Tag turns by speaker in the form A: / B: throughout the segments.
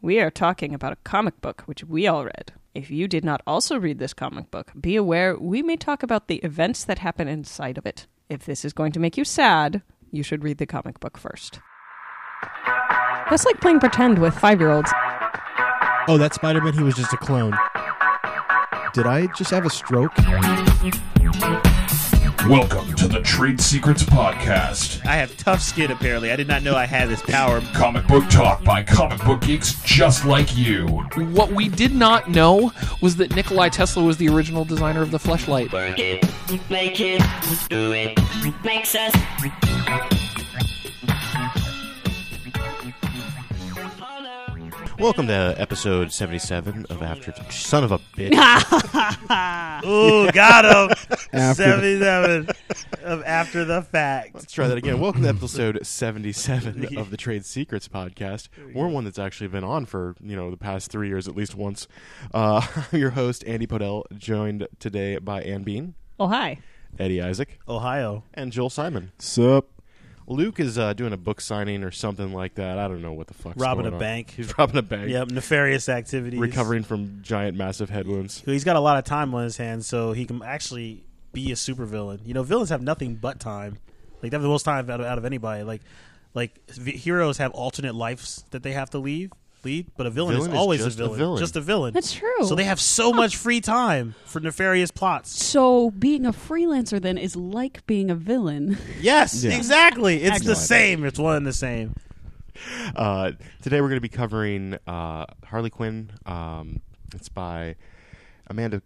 A: We are talking about a comic book which we all read. If you did not also read this comic book, be aware we may talk about the events that happen inside of it. If this is going to make you sad, you should read the comic book first. That's like playing pretend with five year olds.
B: Oh, that Spider Man, he was just a clone. Did I just have a stroke?
C: Welcome to the Trade Secrets Podcast.
D: I have tough skin apparently. I did not know I had this power.
C: Comic book talk by comic book geeks just like you.
E: What we did not know was that Nikolai Tesla was the original designer of the fleshlight.
F: Work it, make it, do it, makes us.
G: Welcome to episode 77 of After Son of a Bitch.
D: Ooh, got him.
B: After-
D: 77 of After the Fact.
G: Let's try that again. Welcome to episode 77 of the Trade Secrets podcast. We're one that's actually been on for, you know, the past three years at least once. Uh, I'm your host, Andy Podell, joined today by Ann Bean,
A: Oh, hi.
G: Eddie Isaac,
D: Ohio.
G: and Joel Simon.
B: Sup?
G: Luke is uh, doing a book signing or something like that. I don't know what the fuck's
D: Robbing
G: going
D: a
G: on.
D: bank.
G: He's robbing a bank.
D: Yep, nefarious activities.
G: Recovering from giant, massive head wounds.
D: He's got a lot of time on his hands, so he can actually be a supervillain. You know, villains have nothing but time. Like they have the most time out of, out of anybody. Like, like v- heroes have alternate lives that they have to leave, lead. But a villain,
G: Villain
D: is
G: is
D: always
G: just a
D: a, villain,
G: villain.
D: just a villain.
H: That's true.
D: So they have so much free time for nefarious plots.
H: So being a freelancer then is like being a villain.
D: Yes,
B: Yeah.
D: exactly. It's the
B: Excellent.
D: same. It's one and the same.
G: Uh, today we're going to be covering uh, Harley Quinn. Um, it's by Amanda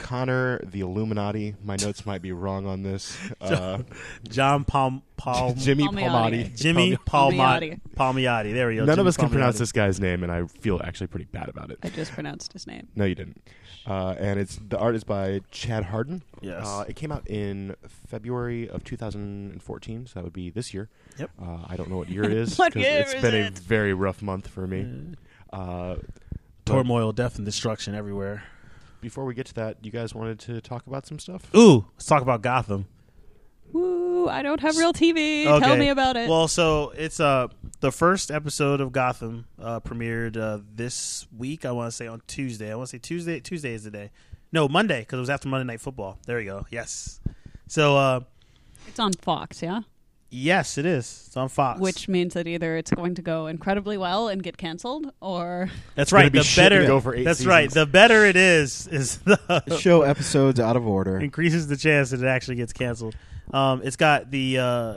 G: Connor, The Illuminati. My notes might be wrong on this. Uh,
D: John Palm Palm
G: Jimmy
H: Palmiotti.
G: Palmati.
D: Jimmy
A: Palmiotti.
D: Palmiotti. Palmiotti. There we go.
G: None of
D: Jimmy
G: us can pronounce
D: Palmiotti.
G: this guy's name, and I feel actually pretty bad about it.
H: I just pronounced his name.
G: No, you didn't. Uh, and it's the art is by Chad Harden.
D: Yes.
G: Uh, it came out in February of 2014, so that would be this year.
D: Yep.
G: Uh, I don't know what year it is.
A: What
G: 'cause
A: year
G: It's
A: is
G: been
A: it?
G: a very rough month for me. Uh, but
D: Turmoil, death, and destruction everywhere.
G: before we get to that, you guys wanted to talk about some stuff.
D: Ooh, let's talk about Gotham.
A: Woo, I don't have real TV. Tell
D: Okay.
A: me about it.
D: Well, so it's uh the first episode of Gotham uh, premiered uh, this week. I want to say on Tuesday. I want to say Tuesday. Tuesday is the day. No, Monday because it was after Monday Night Football. There you go. Yes. So uh,
H: It's on Fox, yeah?
D: yes, it is. It's on Fox.
H: Which means that either it's going to go incredibly well and get canceled or
D: that's
G: gonna
D: right.
G: be
D: The
G: shit and
D: better
G: go for eight
D: That's right. The
G: seasons.
D: better it is is the
B: Show episodes out of order.
D: increases the chance that it actually gets canceled. Um, it's got the uh,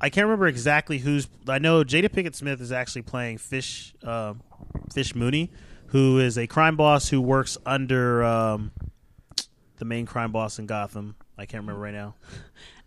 D: I can't remember exactly who's. I know Jada Pickett Smith is actually playing Fish um Fish Mooney, who is a crime boss who works under um, the main crime boss in Gotham. I can't remember right now.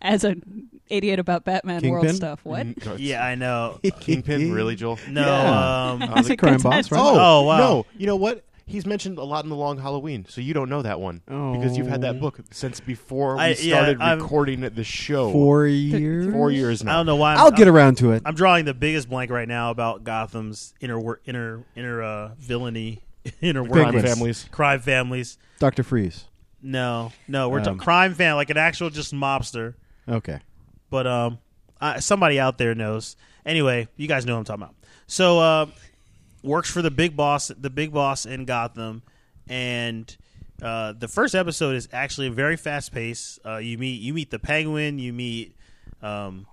H: as an idiot about Batman
B: Kingpin?
H: world stuff. What?
D: Mm-hmm.
G: Mm, no, it's-
D: Yeah, I know.
G: Kingpin, really, Joel?
D: No,
B: Yeah.
D: um,
B: He's a crime boss, right?
G: Oh,
D: Oh, wow.
G: No, you know what? He's mentioned a lot in the Long Halloween, so you don't know that one because you've had
B: Oh.
G: that book since before we
D: I- yeah,
G: started
D: I'm-
G: recording the show.
B: Four years?
G: Four years now.
D: I don't know why. I'm,
B: I'll get around to it.
D: I'm drawing the biggest blank right now about Gotham's inner wor- inner inner uh, villainy, inner
G: Crime
B: Penguins.
G: families.
D: crime families.
B: Dr. Freeze.
D: No, no, we're
B: Um,
D: talking crime fan, like an actual just mobster.
B: Okay.
D: But um, I, somebody out there knows. Anyway, you guys know what I'm talking about. So uh, works for the big boss, the big boss in Gotham, and uh, the first episode is actually very fast paced. Uh, you meet you meet the Penguin, you meet um,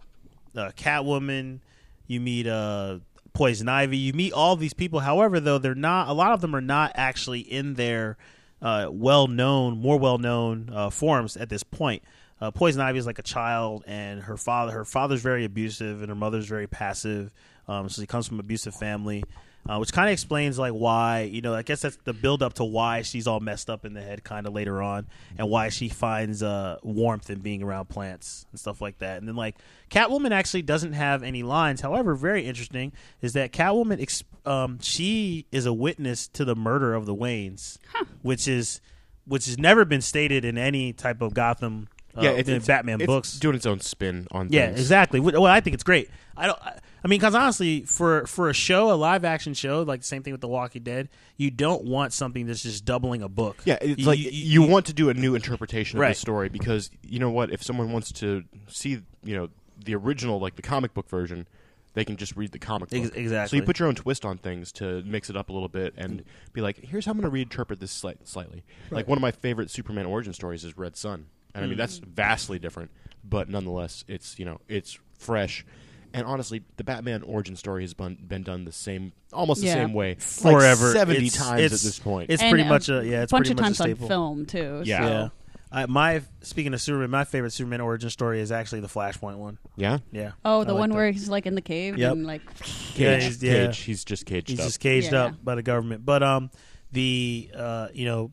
D: uh, Catwoman, you meet uh, Poison Ivy, you meet all these people. However, though they're not, a lot of them are not actually in their uh, well-known, more well-known uh, forms at this point. Uh, Poison Ivy is like a child, and her father, her father's very abusive, and her mother's very passive. Um, so she comes from an abusive family, uh, which kind of explains like why you know I guess that's the build up to why she's all messed up in the head kind of later on, and why she finds uh, warmth in being around plants and stuff like that. And then like Catwoman actually doesn't have any lines. However, very interesting is that Catwoman ex- um, she is a witness to the murder of the Waynes, which is which has never been stated in any type of Gotham. Uh,
G: yeah,
D: in Batman
G: it's
D: books.
G: doing its own spin on
D: Yeah,
G: things.
D: exactly. Wh- Well, I think it's great. I don't. I I mean, because honestly, for for a show, a live action show, like the same thing with The Walking Dead, you don't want something that's just doubling a book.
G: Yeah, it's
D: You-
G: like
D: you-
G: you, want to do a new interpretation of
D: Right.
G: the story because you know what? If someone wants to see, you know, the original, like the comic book version, They can just read the comic book.
D: Ex-
G: So
D: exactly.
G: you put your own twist on things to mix it up a little bit and be like, here's how I'm going to reinterpret this slight, slightly. Like one of my favorite Superman origin stories is Red Sun, and I mean that's
D: Mm.
G: vastly different, but nonetheless, it's you know it's fresh. And honestly, the Batman origin story has been, been done the same, almost
H: Yeah.
G: the same way,
D: forever
G: like seventy
D: It's-
G: times at
D: it's-
G: this point.
D: It's
H: And
D: pretty
H: a
D: much a yeah. It's
H: bunch
D: pretty
H: of
D: much
H: times
D: a
H: on
D: staple.
H: film too.
G: Yeah.
H: so-
D: Yeah. I, my speaking of Superman, my favorite Superman origin story is actually the Flashpoint one.
G: yeah,
D: Yeah.
H: Oh,
D: I
H: the
D: like
H: one
D: that.
H: where he's like in the cave
D: Yep.
H: and like
G: cage,
D: Yeah, he's- yeah.
G: cage. He's just caged
D: he's
G: up.
D: just caged
H: Yeah.
D: up by the government. But um, the uh, you know,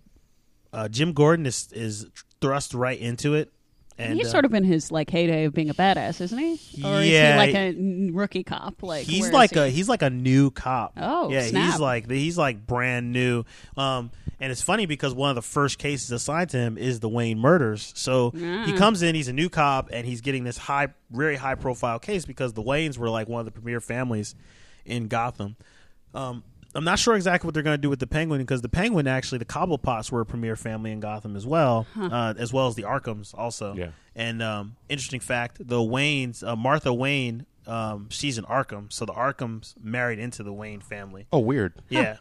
D: uh, Jim Gordon is is thrust right into it, and
H: he's
D: uh,
H: sort of in his like heyday of being a badass, isn't he?
D: Yeah.
H: Or is he like a n- rookie cop? Like where
D: he's
H: is
D: like
H: he?
D: a he's like a new cop.
H: Oh,
D: yeah, he's
H: snap.
D: like he's like brand new. Um, and it's funny because one of the first cases assigned to him is the Wayne murders. So he
H: Ah.
D: comes in, he's a new cop, and he's getting this high, very high profile case because the Waynes were like one of the premier families in Gotham. Um, I'm not sure exactly what they're going to do with the Penguin because the Penguin actually the Cobblepots were a premier family in Gotham as well, uh, as well as the Arkhams also.
G: Yeah.
D: And um, interesting fact: the Waynes, uh, Martha Wayne, um, she's an Arkham, so the Arkhams married into the Wayne family.
G: Oh, weird.
D: Yeah,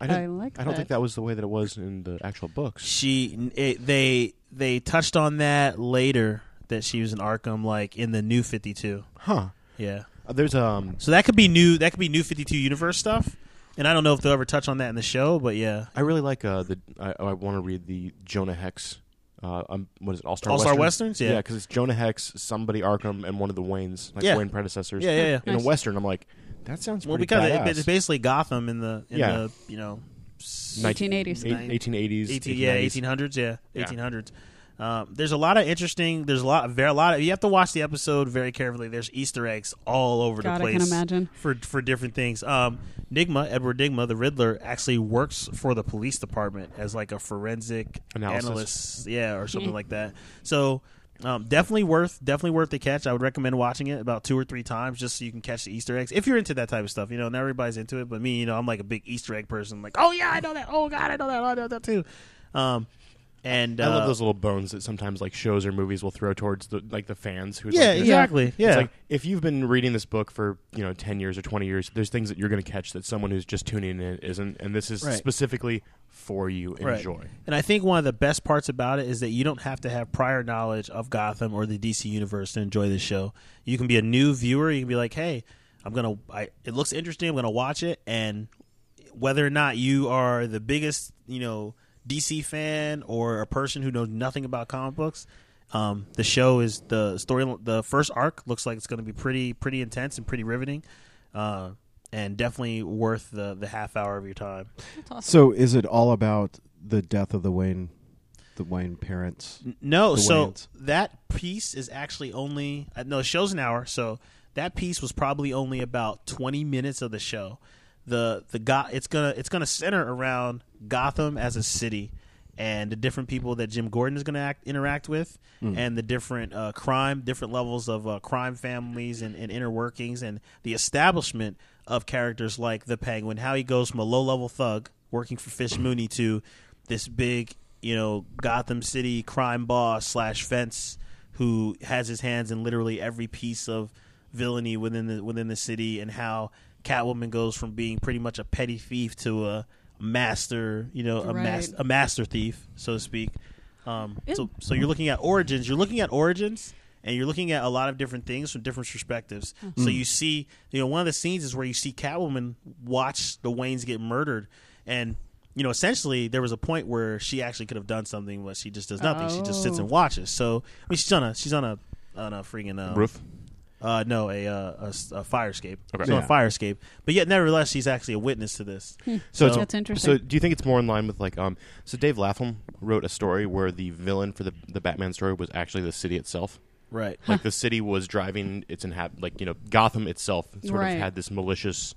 G: I, didn't,
H: I like
G: I don't
H: that.
G: think that was the way that it was in the actual books.
D: she it, they they touched on that later that she was an Arkham, like in the New Fifty Two.
G: Huh.
D: Yeah,
G: Uh, There's um.
D: so that could be new. That could be New Fifty Two universe stuff. And I don't know if they'll ever touch on that in the show, but yeah,
G: I really like uh the. I, I want to read the Jonah Hex. Uh, um, what is it? All Star
D: All-Star Westerns? Yeah.
G: yeah, because it's Jonah Hex, somebody Arkham, and one of the Waynes, like
D: Yeah.
G: Wayne predecessors.
D: Yeah, yeah, yeah.
G: In
H: Nice.
G: a Western, I'm like, that sounds
D: well,
G: pretty
D: because
G: badass.
D: it, it's basically Gotham in the in
G: Yeah.
D: the you know s-
G: Nin-
H: 1880s.
G: eight- 1880s,
D: 18, yeah,
G: 1890s.
D: eighteen hundreds, yeah,
G: Yeah.
D: eighteen hundreds. Um, there's a lot of interesting. There's a lot, very a lot of. You have to watch the episode very carefully. There's Easter eggs all over
H: God,
D: the
H: I
D: place.
H: can imagine.
D: for for different things. Um, Nigma, Edward Nigma, the Riddler, actually works for the police department as like a forensic
G: Analysis.
D: analyst, yeah, or something like that. So. Um, definitely worth, definitely worth the catch. I would recommend watching it about two or three times just so you can catch the Easter eggs. If you're into that type of stuff, you know, not everybody's into it, but me, you know, I'm like a big Easter egg person. Like, oh yeah, I know that. Oh god, I know that. Oh, I know that too. Um, and
G: I love
D: uh,
G: those little bones that sometimes like shows or movies will throw towards the like the fans who
D: Yeah,
G: like,
D: exactly.
G: It's
D: Yeah.
G: like if you've been reading this book for you know ten years or twenty years, there's things that you're going to catch that someone who's just tuning in isn't, and this is
D: Right.
G: specifically for you
D: Right.
G: enjoy.
D: And I think one of the best parts about it is that you don't have to have prior knowledge of Gotham or the DC universe to enjoy this show. You can be a new viewer. You can be like, hey, I'm gonna. I, it looks interesting. I'm gonna watch it. And whether or not you are the biggest, you know, DC fan or a person who knows nothing about comic books. Um, the show is the story. The first arc looks like it's going to be pretty, pretty intense and pretty riveting, uh, and definitely worth the the half hour of your time.
B: So is it all about the death of the Wayne, the Wayne parents?
G: Mm.
D: No,
B: the
D: so
B: Wayans.
D: that piece is actually only uh, no, it shows an hour, so that piece was probably only about 20 minutes of the show. The the go- it's going to it's going to center around Gotham as a city and the different people that Jim Gordon is going to act, interact with
B: Hmm.
D: and the different uh, crime, different levels of uh, crime families and, and inner workings and the establishment of characters like the Penguin, how he goes from a low-level thug working for Fish Mooney to this big you know Gotham City crime boss slash fence who has his hands in literally every piece of villainy within the within the city, and how Catwoman goes from being pretty much a petty thief to a master, you know, a mas-
H: Right.
D: a master thief, so to speak. Um,
H: Yeah.
D: so so you're looking at origins. You're looking at origins. And you're looking at a lot of different things from different perspectives.
G: Hmm.
D: So you see, you know, one of the scenes is where you see Catwoman watch the Waynes get murdered, and you know, essentially there was a point where she actually could have done something, but she just does nothing. She just sits
H: Oh.
D: and watches. So I mean, she's on a she's on a on a freaking um,
G: Roof.
D: Uh, no, a, uh, a s- a fire escape.
G: Okay.
D: She's on a
B: Yeah.
D: fire escape, but yet nevertheless, she's actually a witness to this.
G: So it's-
H: Hmm. That's interesting.
G: So do you think it's more in line with like um? So Dave Lapham wrote a story where the villain for the the Batman story was actually the city itself.
D: Right.
G: Like the city was driving its inhabit, like you know Gotham itself sort
H: Right.
G: of had this malicious,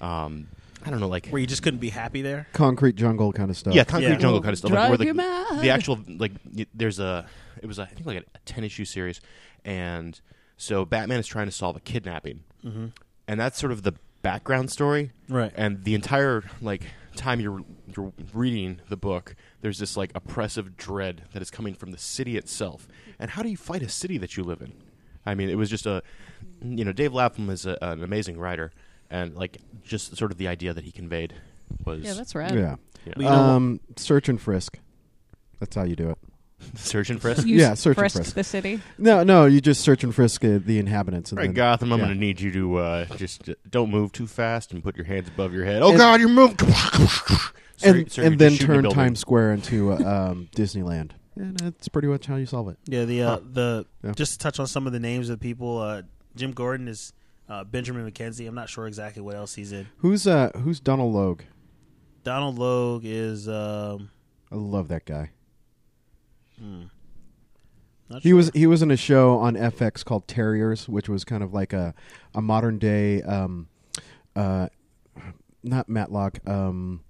G: um, I don't know, like
D: Where you just couldn't be happy there.
B: Concrete jungle kind of stuff.
G: yeah, concrete
D: Yeah.
G: jungle kind of stuff. like,
H: Drive
G: where the,
H: you mad.
G: the actual like y- there's a it was a, I think like a ten issue series, and so Batman is trying to solve a kidnapping, mm-hmm. and that's sort of the background story,
D: Right.
G: And the entire like time you're you're reading the book, there's this like oppressive dread that is coming from the city itself. And how do you fight a city that you live in? I mean, it was just a, you know, Dave Lapham is a, an amazing writer, and like just sort of the idea that he conveyed was
H: Yeah, that's rad.
B: Yeah.
G: you know,
D: Well, you know
B: um, search and frisk. That's how you do it.
G: search and frisk.
A: You
B: Yeah, search and
A: frisked
B: frisk.
A: the city.
B: No, no, you just search and frisk uh, the inhabitants. And
G: All right,
B: then-
G: Gotham, I'm
B: yeah.
G: going to need you to uh, just uh, don't move too fast and put your hands above your head. Oh God, you're moving.
B: and, and then turn Times Square into uh, um, Disneyland. And that's pretty much how you solve it.
D: Yeah, the uh,
B: Huh.
D: the
B: Yeah.
D: just to touch on some of the names of the people. Uh, Jim Gordon is uh, Benjamin McKenzie. I'm not sure exactly what else he's in.
B: Who's uh Who's Donald Logue?
D: Donald Logue is um,
B: I love that guy.
D: not
B: He
D: sure.
B: was he was in a show on FX called Terriers, which was kind of like a a modern day, um, uh, not Matlock, um,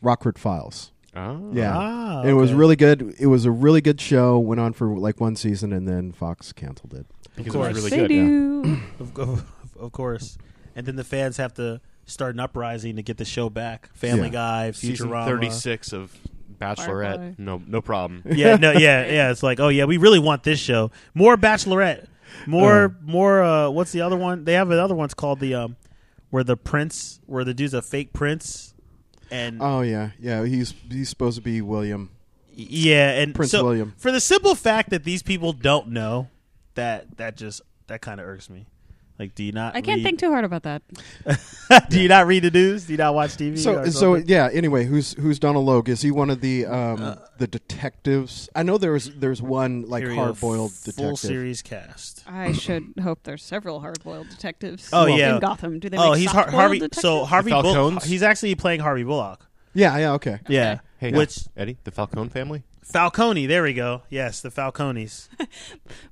B: Rockford Files.
G: Oh.
B: Yeah,
D: Ah,
B: it was
D: okay.
B: really good. It was a really good show. Went on for like one season, and then Fox canceled it.
G: because
D: Of
G: it was really
D: course.
A: they
G: good.
A: do.
D: of, of, of course. And then the fans have to start an uprising to get the show back. Family
B: Yeah.
D: Guy,
G: Season
D: Futurama.
G: 36 of Bachelorette.
A: Firefly.
G: No, no problem.
D: yeah, no, yeah, yeah. It's like, oh yeah, we really want this show. More Bachelorette. More,
B: Uh-huh.
D: more. Uh, what's the other one? They have another one's called the um, where the prince, where the dude's a fake prince, and
B: Oh yeah, yeah. He's he's supposed to be William.
D: yeah, and
B: Prince
D: so,
B: William.
D: For the simple fact that these people don't know that, that just that kind of irks me. Like, do you not?
H: I can't
D: read-
H: think too hard about that.
D: do you not read the news? Do you not watch TV?
B: So
D: or
B: so
D: something? Uh,
B: yeah. Anyway, who's who's Donald Logue? Is he one of the um, the detectives? I know there's there's one like
D: Here we go.
B: hard boiled
D: full
B: detective.
D: series cast.
H: I should hope there's several hard-boiled detectives.
D: Oh, yeah.
H: in Gotham. Do they?
D: Oh,
H: make
D: he's Har-
H: soft-boiled
D: Harvey.
H: detectives?
D: So Harvey Bull-
G: Falcones?
D: He's actually playing Harvey Bullock.
B: Yeah yeah okay.
D: Yeah.
G: Hey,
D: Which
G: Eddie, the Falcone family?
D: Falcone? There we go. Yes, the Falcones.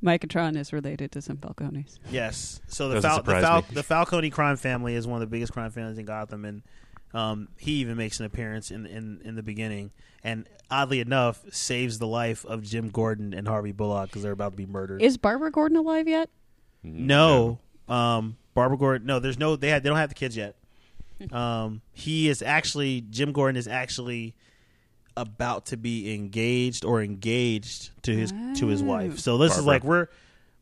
H: Micatron is related to some Falcones.
D: Yes. So the
G: Doesn't
D: Fal- the,
G: surprise
D: Fal-
G: me.
D: the Falcone crime family is one of the biggest crime families in Gotham, and um, he even makes an appearance in, in in the beginning, and oddly enough, saves the life of Jim Gordon and Harvey Bullock because they're about to be murdered.
H: Is Barbara Gordon alive yet?
D: No, um, Barbara Gordon. No, there's no. They had. They don't have the kids yet. Um, he is actually Jim Gordon is actually about to be engaged or engaged to his to
H: Oh.
D: his wife. So this is
G: Barbara.
D: like we're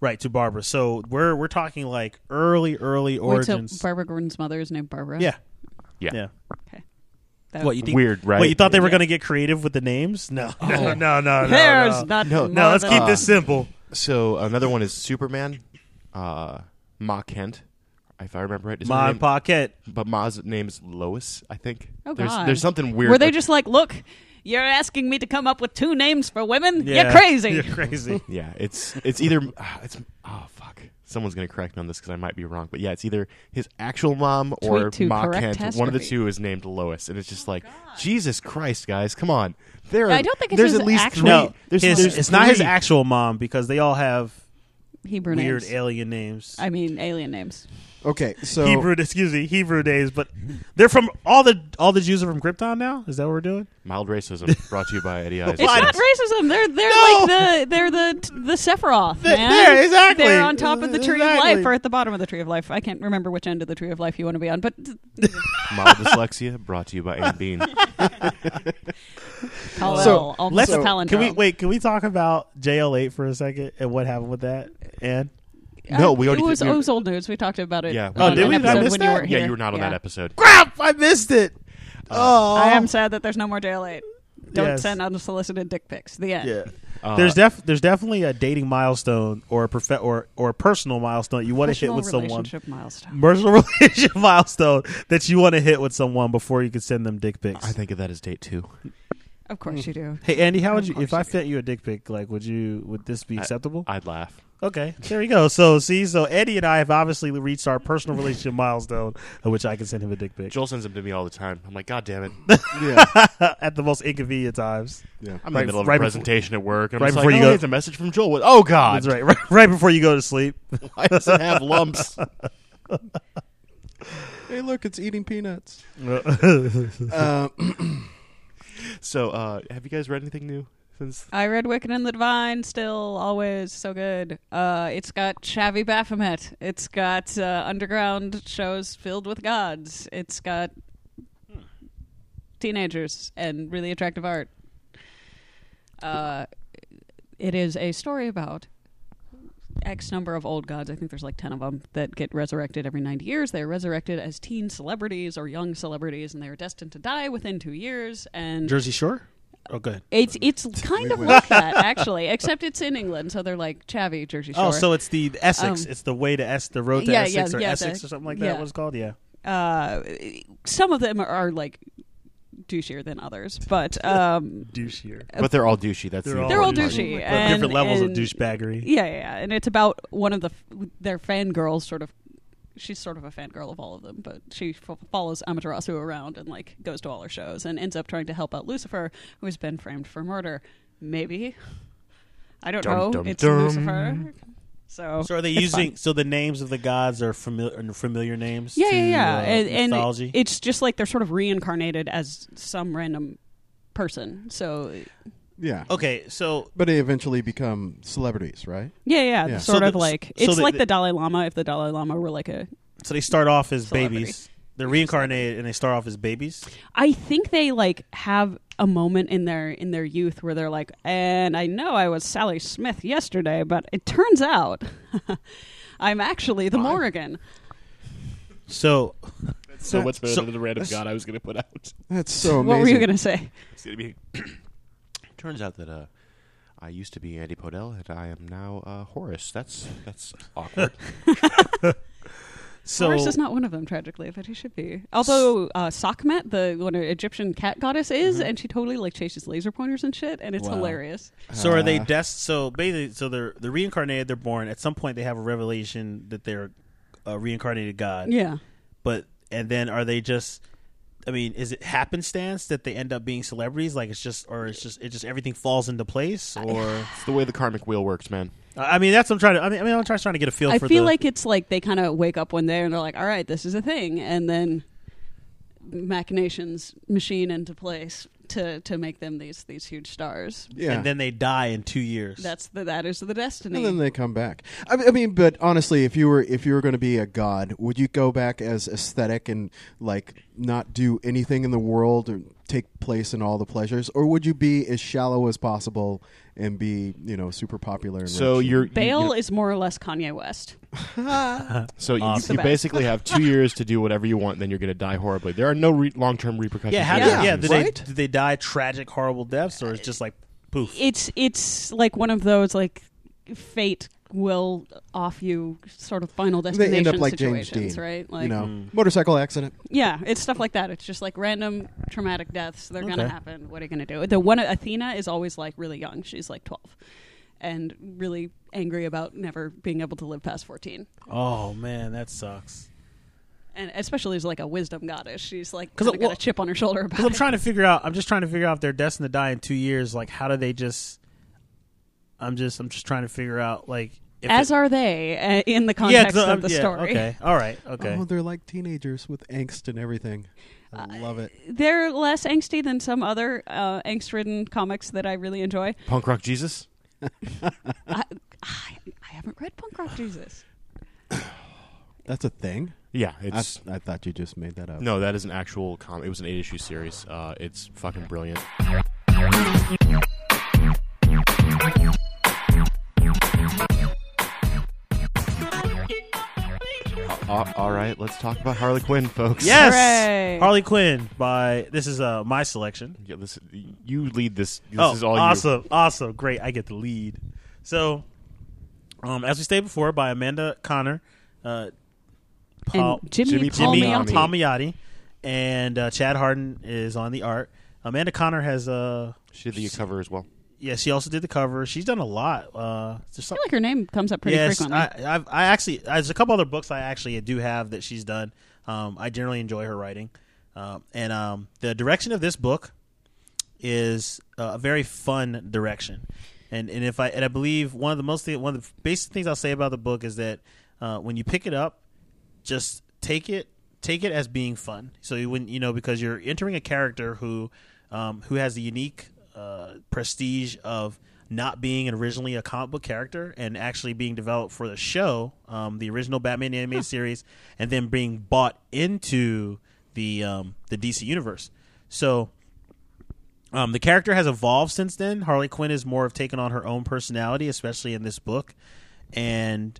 D: right to Barbara. So we're we're talking like early early
H: Wait,
D: origins.
H: so Barbara Gordon's mother is named Barbara.
D: yeah,
G: Yeah.
D: yeah.
H: That-
D: What you think?
G: Weird, right?
D: Wait, you thought they were going to get creative with the names? No,
H: Oh.
D: no, no, no.
A: There's
D: no.
A: not
G: No,
A: more
D: no. Let's
A: than-
D: keep this simple.
G: So another one is Superman, uh, Ma Kent, if I remember right. Is her
D: Ma
G: name-
D: and Pocket.
G: but Ma's name's Lois, I think.
H: Oh,
G: there's,
H: God.
G: there's something weird.
H: Were they just like, look, you're asking me to come up with two names for women?
D: Yeah.
H: You're crazy.
D: You're crazy.
G: Yeah, it's it's either ah, it's oh fuck, someone's gonna correct me on this because I might be wrong, but yeah, it's either his actual mom or
H: Tweet to
G: Ma
H: correct
G: Kent. One of the
H: testrophe.
G: two is named Lois, and it's just like Jesus Christ, guys, come on. There, are,
H: I don't think it's
G: there's
H: his
G: at least
H: actual-
G: three.
D: No,
G: there's,
D: his-
G: there's
D: it's not his
G: three.
D: actual mom because they all have
H: Hebrew
D: weird
H: names.
D: alien names.
H: I mean, alien names.
B: Okay so
D: Hebrew, excuse me, Hebrew days, but they're from all the all the Jews are from Krypton now. Is that what we're doing?
G: Mild racism brought to you by Eddie Ice.
H: It's
D: Why
H: not
D: does-
H: racism. They're they're
D: No!
H: like the they're the the Sephiroth
D: Th-
H: man.
D: there, exactly.
H: They're on top of the tree
D: Exactly.
H: of life or at the bottom of the tree of life. I can't remember which end of the tree of life you want to be on, but
G: Mild dyslexia brought to you by Anne Bean.
H: Kal-El,
B: So,
H: almost
D: Let's
H: a
B: so-
H: palindrome.
D: can we wait? Can we talk about JL8 for a second and what happened with that? And
H: Uh,
G: No, we already
H: it was,
G: did- we-
H: it was old news. We talked about it.
G: Yeah, we
H: on
G: did. Oh, did
H: an
G: we? Did I
H: episode
D: miss
H: when
D: that?
H: You were
G: yeah,
H: here.
G: you were not on
H: Yeah.
G: that episode.
D: crap, I missed it. oh,
H: I am sad that there's no more jail eight. Don't
D: Yes.
H: send unsolicited dick pics. The end.
D: Yeah.
G: Uh,
D: there's def there's definitely a dating milestone or a prof- or or a personal milestone you want to hit
H: Personal
D: with someone.
H: relationship milestone.
D: Personal relationship milestone that you want to hit with someone before you can send them dick pics.
G: I think of that as date two.
H: Of
G: Hmm.
H: course you do.
D: Hey Andy, how would
H: Of
D: you
H: course
D: if I
H: you do.
D: sent you a dick pic? Like, would you would this be acceptable?
G: I'd laugh.
D: Okay, there we go. So see, so Eddie and I have obviously reached our personal relationship milestone, at which I can send him a dick pic
G: Joel sends them to me all the time. I'm like, God damn it!
B: yeah
D: at the most inconvenient times.
B: yeah.
G: I'm in
D: Right-
G: the middle of
D: right
G: a
D: before-
G: presentation at work. And I'm
D: right
G: just
D: before
G: like,
D: you
G: oh,
D: go-
G: here's a message from Joel. What- Oh God,
D: That's right, right, right before you go to sleep.
G: Why does it have lumps?
B: Hey look, it's eating peanuts.
D: Wait,
B: Uh,
G: so, uh, have you guys read anything new since?
H: I read Wicked and the Divine still, always so good. Uh, it's got Chavi Baphomet. It's got uh, underground shows filled with gods. It's got teenagers and really attractive art. Uh, it is a story about X number of old gods. I think there's like 10 of them that get resurrected every 90 years. They're resurrected as teen celebrities or young celebrities, and they're destined to die within two years. And
D: Jersey Shore. Oh, good.
H: it's it's kind of like that, actually, except it's in England. So they're like Chavy, Jersey Shore.
D: Oh, so it's the Essex.
H: Um,
D: it's the way to S, the road to
H: yeah,
D: Essex
H: yeah,
D: or
H: yeah,
D: Essex
H: the-
D: or something like that.
H: yeah.
D: What's called? Yeah.
H: uh, some of them are, are like douchier than others, but um,
D: Douche here.
G: But they're all douchey. That's
D: They're
G: the
D: all
H: they're all
G: important part.
H: douchey.
D: But
H: and-
D: different levels of
H: and-
D: douchebaggery.
H: Yeah, yeah, yeah, and it's about one of the f- their fangirls. Sort of, she's sort of a fangirl of all of them, but she f- follows Amaterasu around and like goes to all her shows and ends up trying to help out Lucifer, who has been framed for murder. Maybe I don't
G: Dum,
H: know.
G: dum,
H: it's
G: dum.
H: Lucifer. So,
D: So are they
H: it's
D: using?
H: fun.
D: So the names of the gods are familiar, are familiar names.
H: Yeah,
D: to,
H: yeah, yeah,
D: uh,
H: and, and
D: mythology.
H: it's just like they're sort of reincarnated as some random person. So
B: Yeah.
D: okay, so
B: But they eventually become celebrities, right?
H: yeah, yeah,
B: Yeah.
H: sort
D: So
H: of
D: the-
H: like
D: so
H: it's
D: the-
H: like
D: the-
H: the Dalai Lama if the Dalai Lama were like a
D: so they start off as
H: Celebrity.
D: babies. They're reincarnated and they start off as babies.
H: I think they like have a moment in their in their youth where they're like, and I know I was Sally Smith yesterday, but it turns out I'm actually the Morrigan.
D: So
G: So what's better
D: So-
G: than the random god I was going to put out?
B: That's so amazing.
H: What were you gonna say?
G: It's going to be. Turns out that uh, I used to be Andy Podell, and I am now uh, Horace. That's that's awkward.
D: so
H: Horus is not one of them, tragically, but he should be. Although uh, Sakmet, the one Egyptian cat goddess, is, and she totally like chases laser pointers and shit, and it's
D: Wow.
H: hilarious.
D: So are they des- so basically so they're they're reincarnated, they're born. At some point they have a revelation that they're a reincarnated god.
H: Yeah.
D: But and then are they just I mean, is it happenstance that they end up being celebrities? Like it's just or it's just it just everything falls into place or
G: it's the way the karmic wheel works, man.
D: I mean that's what I'm trying to I mean, I mean I'm trying trying to get a feel
H: I
D: for
H: feel
D: the,
H: like it's like they kind of wake up one day and they're like, "All right, this is a thing," and then machinations machine into place to to make them these these huge stars.
B: Yeah.
D: and then they die in two years.
H: That's the that is the destiny.
B: and then they come back. I mean, I mean, but honestly, if you were if you were going to be a god, would you go back as aesthetic and like not do anything in the world or take place in all the pleasures, or would you be as shallow as possible and be you know super popular? And
G: So
B: rich?
G: you're
H: Bale
G: you're-
H: is more or less Kanye West.
G: so you,
D: Awesome.
G: you basically have two years to do whatever you want, then you're going to die horribly. There are no re- long term repercussions.
D: yeah, how
G: for
D: yeah,
G: your
D: yeah,
G: actions.
D: did
B: Right?
D: they did they die tragic horrible deaths or is just like poof.
H: It's it's like one of those like fate will off you sort of final destination
B: they end up like James
H: situations,
B: Dean,
H: right? Like
B: you know,
G: Mm.
B: motorcycle accident.
H: Yeah, it's stuff like that. It's just like random traumatic deaths. They're gonna
D: Okay.
H: happen. What are you gonna do? The one Athena is always like really young. She's like twelve, and really angry about never being able to live past fourteen.
D: Oh man, that sucks.
H: And especially as like a wisdom goddess, she's like
D: 'Cause
H: kind
D: it-
H: of got
D: well-
H: a chip on her shoulder
D: Because
H: about
D: I'm
H: it.
D: trying to figure out. I'm just trying to figure out if they're destined to die in two years. Like, how do they just? I'm just. I'm just trying to figure out. Like, if
H: As
D: it-
H: are they uh, in the
D: 'cause
H: context
D: I'm-
H: of the
D: yeah,
H: story.
D: Okay. All right. Okay.
B: Oh, they're like teenagers with angst and everything.
H: Uh,
B: I love it.
H: They're less angsty than some other uh, angst-ridden comics that I really enjoy.
G: Punk rock Jesus.
H: I, I, I haven't read Punk Rock Jesus.
B: That's a thing.
G: Yeah,
B: I,
G: it's
B: I thought you just made that up.
G: no, that is an actual comic. It was an eight issue series. Uh, it's fucking brilliant. Uh, all right, let's talk about Harley Quinn, folks.
D: Yes.
H: Hooray.
D: Harley Quinn by this is uh my selection.
G: Yeah, this, you lead this. This
D: oh,
G: is all
D: awesome! Awesome! Great! I get the lead. So, um, as we stated before, by Amanda Connor, uh, Paul,
H: and Jimmy,
G: Jimmy
H: Paul
D: Jimmy
G: Palmiotti.
D: Palmiotti, and uh, Chad Harden is on the art. Amanda Connor has uh
G: you. She did the cover as well.
D: yeah she also did the cover. She's done a lot. Uh, there's some,
H: I feel like her name comes up pretty
D: yes,
H: frequently.
D: I, I've, I actually there's a couple other books I actually do have that she's done. Um, I generally enjoy her writing, um, and um, the direction of this book is uh, a very fun direction. And and if I and I believe one of the most thing, one of the basic things I'll say about the book is that uh, when you pick it up, just take it take it as being fun. So you wouldn't you know because you're entering a character who um, who has the unique uh, prestige of not being originally a comic book character and actually being developed for the show, um, the original Batman animated series, and then being bought into the um, the DC universe. So um, the character has evolved since then. Harley Quinn is more of taken on her own personality, especially in this book, and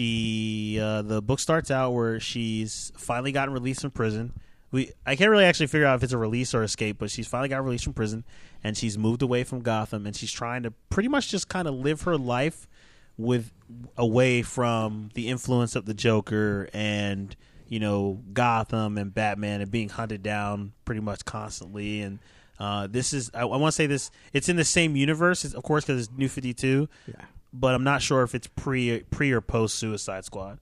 D: she uh, the book starts out where she's finally gotten released from prison. We I can't really actually figure out if it's a release or escape, but she's finally got released from prison and she's moved away from Gotham and she's trying to pretty much just kind of live her life with away from the influence of the Joker and you know Gotham and Batman and being hunted down pretty much constantly and uh, this is I, I want to say this it's in the same universe it's, of course because it's New Fifty Two yeah but I'm not sure if it's pre pre or post Suicide Squad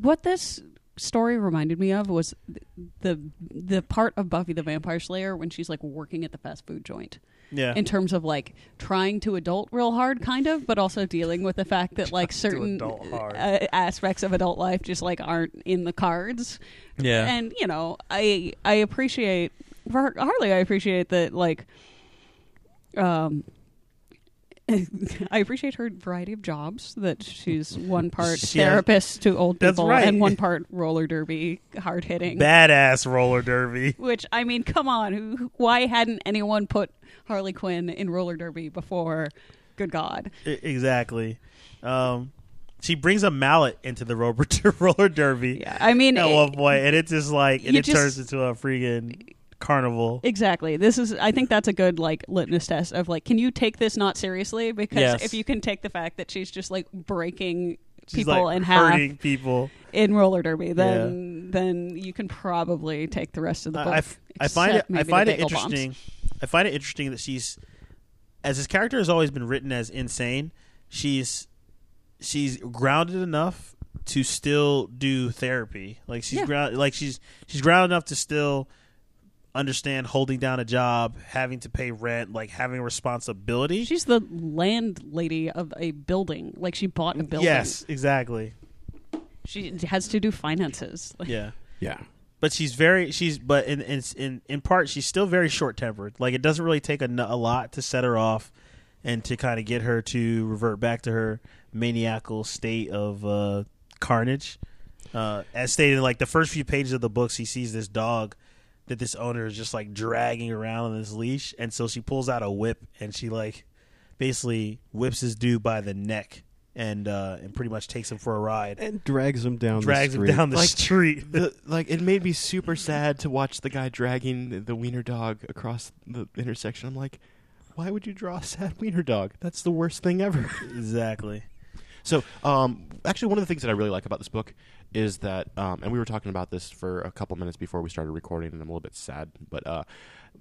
H: what this story reminded me of was th- the the part of Buffy the Vampire Slayer when she's like working at the fast food joint.
D: Yeah.
H: In terms of like trying to adult real hard, kind of, but also dealing with the fact that like certain
D: adult hard.
H: uh, aspects of adult life just like aren't in the cards.
D: Yeah.
H: And you know, I I appreciate for Harley. I appreciate that like, um. I appreciate her variety of jobs that she's one part
D: She has-
H: therapist to old
D: That's
H: people
D: right.
H: and one part roller derby hard hitting.
D: badass roller derby.
H: Which I mean, come on, who, why hadn't anyone put Harley Quinn in roller derby before? Good God,
D: E, exactly. Um, she brings a mallet into the roller, roller derby.
H: yeah. I mean, e,
D: At
H: it-
D: one point, and it's just like, and
H: You
D: it
H: just-
D: turns into a freaking carnival.
H: exactly. This is. I think that's a good like litmus test of like, can you take this not seriously? Because
D: Yes.
H: if you can take the fact that she's just like breaking
D: She's
H: people
D: like
H: in half
D: hurting people.
H: in roller derby, then then you can probably take the rest of the book.
D: I, I f- I find it.
H: except
D: I
H: maybe the
D: find it
H: bagel bombs.
D: interesting. I find it interesting that she's, as this character has always been written as insane, she's she's grounded enough to still do therapy. Like she's
H: Yeah.
D: ground. Like she's she's grounded enough to still understand holding down a job, having to pay rent, like having responsibility.
H: She's the landlady of a building. Like she bought a building.
D: Yes, exactly.
H: She has to do finances. Like,
D: Yeah.
B: Yeah.
D: but she's very she's but in in in, in part she's still very short tempered. Like it doesn't really take a, n- a lot to set her off and to kind of get her to revert back to her maniacal state of uh, carnage. Uh, as stated, in, like the first few pages of the book, she sees this dog that this owner is just like dragging around on this leash, and so she pulls out a whip and she like basically whips his dude by the neck and uh, and pretty much takes him for a ride,
B: And drags him down.
D: drags
B: the
D: him
B: street.
D: down the
G: Like-
D: street.
G: The, like it made me super sad to watch the guy dragging the, the wiener dog across the intersection. I'm like, why would you draw a sad wiener dog? That's the worst thing ever.
D: exactly.
G: So, um, actually, one of the things that I really like about this book is that, um, and we were talking about this for a couple minutes before we started recording, and I'm a little bit sad, but uh,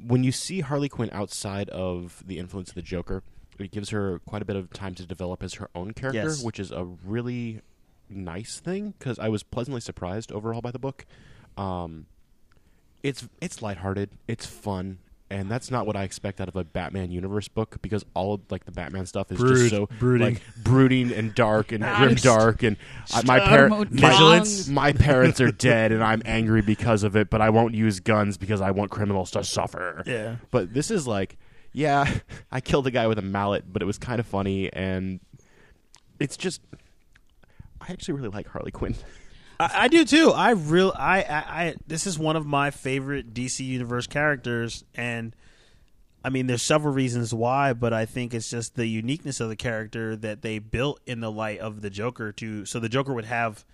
G: when you see Harley Quinn outside of the influence of the Joker, it gives her quite a bit of time to develop as her own character,
D: Yes.
G: which is a really nice thing because I was pleasantly surprised overall by the book. Um, it's it's lighthearted, it's fun. And that's not what I expect out of a Batman universe book because all of, like the Batman stuff is just
D: Brood-
G: so
D: brooding.
G: like brooding and dark and grim
D: just-
G: dark and I, my parents
D: Vigilance.
G: my parents are dead and I'm angry because of it but I won't use guns because I want criminals to suffer.
D: Yeah.
G: But this is like yeah, I killed a guy with a mallet but it was kind of funny and it's just I actually really like Harley Quinn.
D: I, I do too. I real I, I I this is one of my favorite DC universe characters, and I mean there's several reasons why, but I think it's just the uniqueness of the character that they built in the light of the Joker to so the Joker would have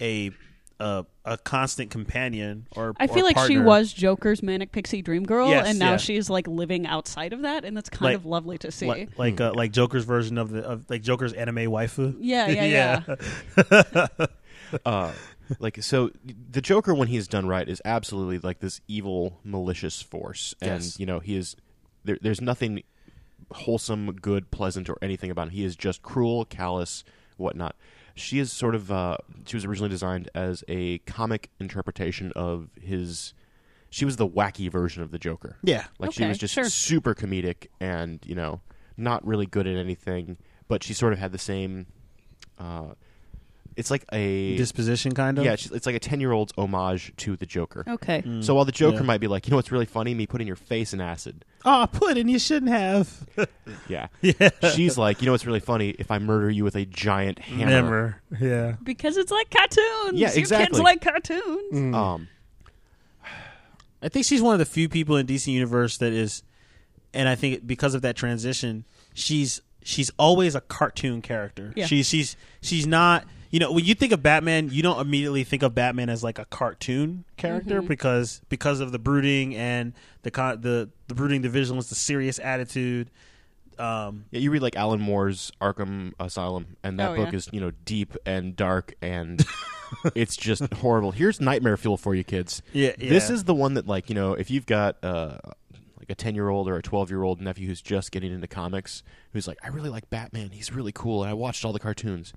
D: a a, a constant companion or
H: I
D: or
H: feel like she
D: partner.
H: was Joker's manic pixie dream girl,
D: Yes,
H: and now
D: yeah.
H: she's like living outside of that, and that's kind
D: Like-
H: of lovely to see.
D: like like, uh, like Joker's version of the of like Joker's anime waifu.
H: yeah, yeah, yeah,
G: uh, like so the joker when he's done right is absolutely like this evil malicious force and
D: Yes.
G: you know he is there, there's nothing wholesome good pleasant or anything about him he is just cruel callous whatnot she is sort of uh, she was originally designed as a comic interpretation of his she was the wacky version of the joker
D: Yeah.
G: like she
H: Okay,
G: was just
H: sure.
G: super comedic and you know not really good at anything but she sort of had the same uh, it's like a
D: Disposition kind of
G: yeah, it's, it's like a 10 year old's homage to the Joker.
H: Okay,
D: Mm.
G: So while the Joker
D: yeah.
G: might be like, you know what's really funny? Me putting your face in acid.
D: Oh, put in you shouldn't have.
G: Yeah. She's like, you know what's really funny? If I murder you with a giant hammer.
D: Never. Yeah.
H: because it's like cartoons.
G: Yeah,
H: Your kids
G: exactly.
H: like cartoons.
G: Um,
D: I think she's one of the few people in DC Universe that is, and I think because of that transition, she's she's always a cartoon character.
H: Yeah.
D: She's she's she's not. You know, when you think of Batman, you don't immediately think of Batman as like a cartoon character
H: Mm-hmm.
D: because because of the brooding and the con- the the brooding, the vigilance, the serious attitude. Um,
G: Yeah, you read like Alan Moore's Arkham Asylum, and that
H: Oh,
G: book
H: yeah.
G: is you know deep and dark, and it's just horrible. Here's nightmare fuel for you kids.
D: Yeah,
G: this
D: yeah.
G: is the one that like you know if you've got uh, like a ten year old or a twelve year old nephew who's just getting into comics, who's like, I really like Batman. He's really cool, and I watched all the cartoons.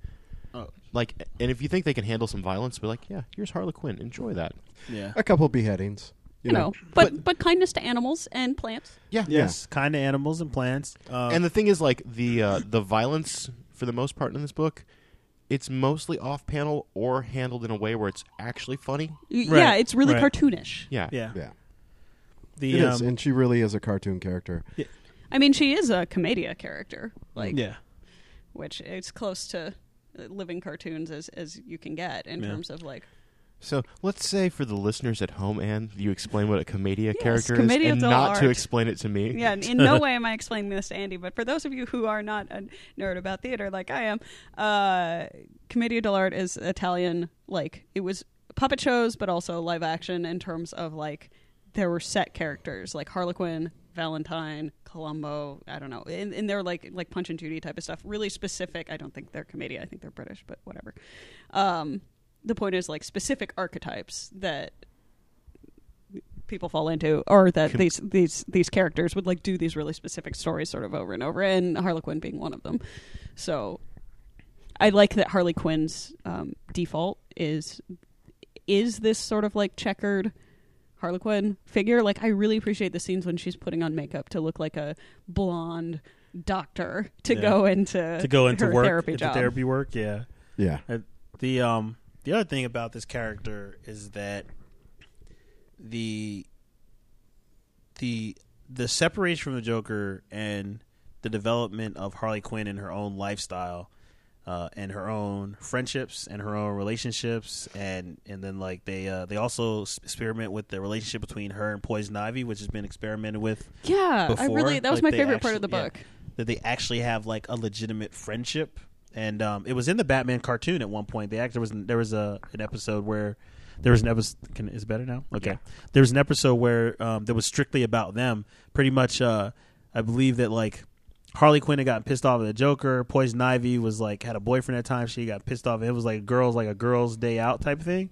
D: Oh.
G: Like, and if you think they can handle some violence, be like, yeah, here's Harley Quinn. Enjoy that.
D: yeah.
B: a couple beheadings. You,
D: Mm.
H: you know, but, but kindness to animals and plants.
G: Yeah,
D: Yes, kind of animals and plants. Um,
G: and the thing is like the uh, the violence for the most part in this book it's mostly off panel or handled in a way where it's actually funny
H: Y-
D: Right,
H: Yeah, it's really
D: right.
H: cartoonish.
G: yeah
D: yeah,
B: Yeah,
D: the
B: it is,
D: um,
B: and she really is a cartoon character.
H: I mean, she is a commedia character, like
D: yeah.
H: which it's close to uh, living cartoons as as you can get in
D: Yeah.
H: terms of like
G: so let's say for the listeners at home and you explain what a commedia
H: Yes,
G: character is
H: comedia's
G: and
H: all
G: not to
H: art.
G: explain it to me
H: Yeah, and in no way am I explaining this to Andy, but for those of you who are not a nerd about theater like I am, uh, Commedia dell'arte is Italian. Like it was puppet shows, but also live action in terms of like there were set characters like Harlequin, Valentine, Columbo. I don't know, and, and they're like like Punch and Judy type of stuff. Really specific. I don't think they're Commedia. I think they're British, but whatever. Um, the point is like specific archetypes that people fall into or that
G: Com-
H: these these these characters would like do these really specific stories sort of over and over and harlequin being one of them so i like that harley quinn's um, default is is this sort of like checkered harlequin figure like i really appreciate the scenes when she's putting on makeup to look like a blonde doctor to
D: Yeah.
H: go into
D: To go into
H: uh, her
D: work,
H: therapy
D: into
H: job
D: therapy work. Yeah.
B: Yeah,
D: Uh, the um the other thing about this character is that the the the separation from the Joker and the development of Harley Quinn and her own lifestyle uh, and her own friendships and her own relationships and and then like they uh, they also s- experiment with the relationship between her and Poison Ivy which has been experimented with
H: yeah i
D: before.
H: really that was
D: Like,
H: my
D: they
H: favorite part of the
D: actually- yeah,
H: book
D: that they actually have like a legitimate friendship, and um, it was in the Batman cartoon at one point. The actor was there was a an episode where there was an episode. Can, is it better now? Okay, there was an episode where um, that was strictly about them. Pretty much, uh, I believe that like. Harley Quinn had gotten pissed off at the Joker. Poison Ivy was like had a boyfriend at the time. She got pissed off. It was like a girls like a girls' day out type thing,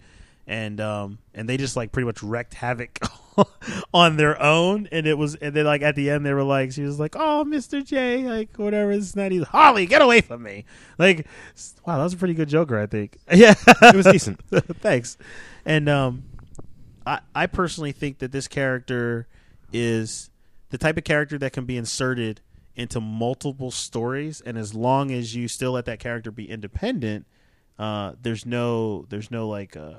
D: and um and they just like pretty much wrecked havoc on their own. And it was and then like at the end they were like she was like oh Mister J like whatever it's not he's Harley get away from me like s- wow that was a pretty good Joker I think yeah
G: it was decent
D: thanks and um I I personally think that this character is the type of character that can be inserted into multiple stories, and as long as you still let that character be independent, uh, there's no there's no like uh,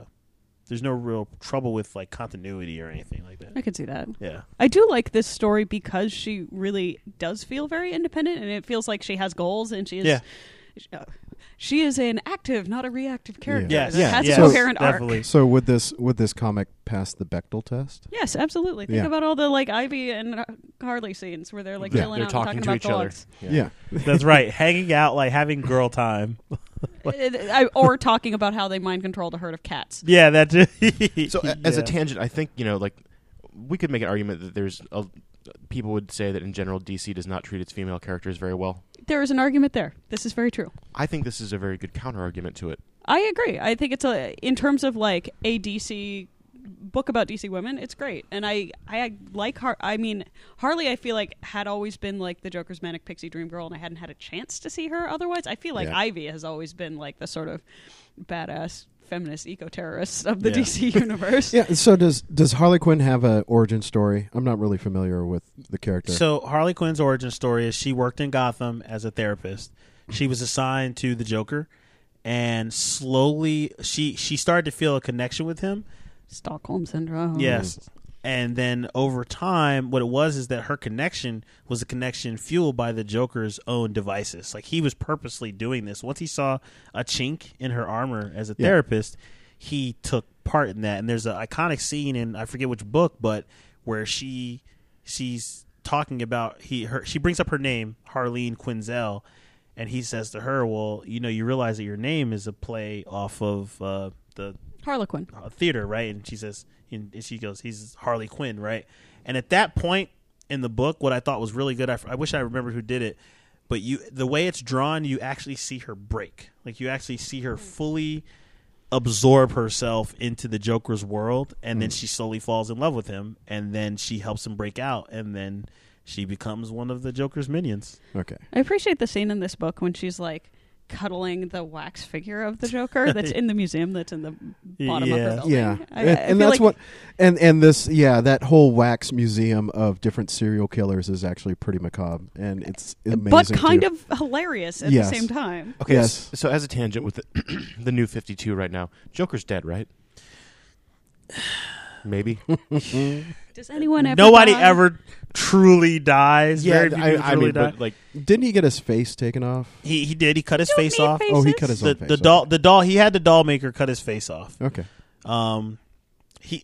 D: there's no real trouble with like continuity or anything like that.
H: i could see that
D: Yeah,
H: I do like this story because she really does feel very independent, and it feels like she has goals, and she is.
D: Yeah.
H: sh- uh, She is an active, not a reactive character.
D: Yes.
H: that
D: Yeah,
H: has
D: yes,
H: a coherent
D: definitely.
H: arc.
B: So would this would this comic pass the Bechtel test?
H: Yes, absolutely. Think
B: Yeah.
H: about all the like Ivy and uh, Harley scenes where they're like
B: Yeah.
H: chilling
G: they're
H: out
G: talking,
H: and
G: to
H: talking
G: each
H: about
G: other
H: dogs,
B: Yeah,
D: that's right. Hanging out, like having girl time.
H: Uh, I- or talking about how they mind controlled a herd of cats.
D: Yeah, that. Too.
G: so a- as a tangent i think you know like we could make an argument that there's a, people would say that in general dc does not treat its female characters very well
H: There is an argument there. This is very true.
G: i think this is a very good counter argument to it
H: I agree. I think it's a in terms of like a DC book about DC women, it's great. And I I like Har- I mean Harley I feel like had always been like the Joker's manic pixie dream girl and I hadn't had a chance to see her otherwise. I feel like
B: Yeah.
H: Ivy has always been like the sort of badass feminist eco-terrorist of the
D: Yeah.
H: DC universe.
B: yeah. So does does Harley Quinn have a origin story? I'm not really familiar with the character.
D: So Harley Quinn's origin story is she worked in Gotham as a therapist. She was assigned to the Joker, and slowly she she started to feel a connection with him.
H: Stockholm syndrome.
D: Yes. And then over time, what it was is that her connection was a connection fueled by the Joker's own devices. Like he was purposely doing this. Once he saw a chink in her armor as a
B: Yeah.
D: therapist, he took part in that. And there's an iconic scene in I forget which book, but where she she's talking about he her she brings up her name Harlene Quinzel, and he says to her, "Well, you know, you realize that your name is a play off of uh, the
H: Harlequin.
D: uh, theater, right?" And she says, and she goes, "He's Harley Quinn, right?" And at that point in the book, what I thought was really good, I, f- I wish I remembered who did it, but you the way it's drawn, you actually see her break, like you actually see her
H: Hmm.
D: fully absorb herself into the Joker's world, and then she slowly falls in love with him, and then she helps him break out, and then she becomes one of the Joker's minions.
B: Okay.
H: I appreciate the scene in this book when she's like cuddling the wax figure of the Joker that's in the museum that's in the bottom of
D: Yeah.
H: the building.
B: Yeah,
H: I-
B: and,
H: I
B: and
H: feel
B: that's
H: like-
B: what, and and this, yeah, that whole wax museum of different serial killers is actually pretty macabre, and it's amazing.
H: But kind
B: too.
H: of hilarious at
B: Yes.
H: the same time.
G: Okay.
B: Yes.
G: So, as a tangent with the, the new 52 right now, Joker's dead, right? Maybe.
H: Does anyone ever
D: Nobody
H: die?
D: ever truly dies. Very few people truly die.
G: but, like,
B: Didn't he get his face taken off?
D: He he did. He cut his
H: Don't
D: face
H: need
D: off.
H: faces.
B: Oh, he cut his
D: the
B: own face.
D: the
B: off.
D: doll the doll he had the doll maker cut his face off.
B: Okay.
D: Um, he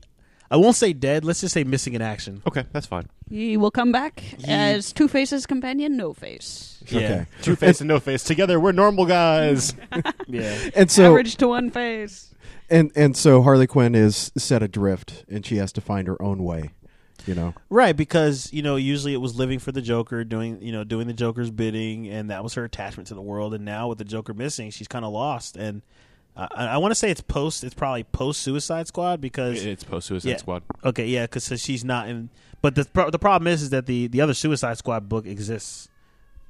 D: I won't say dead. Let's just say missing in action.
G: okay, that's fine.
H: He will come back as Two Face's companion, No Face.
B: Okay.
G: Two face and no face together, we're normal guys.
D: Yeah.
B: And so
H: Average to one face.
B: and and so Harley Quinn is set adrift, and she has to find her own way. You know.
D: Right, because you know usually it was living for the Joker, doing you know doing the Joker's bidding, and that was her attachment to the world. And now with the Joker missing, she's kind of lost. And I, I want to say it's post. It's probably post Suicide Squad because
G: it's post Suicide
D: Yeah.
G: Squad.
D: Okay, yeah, because she's not in. But the pro- the problem is, is that the the other Suicide Squad book exists.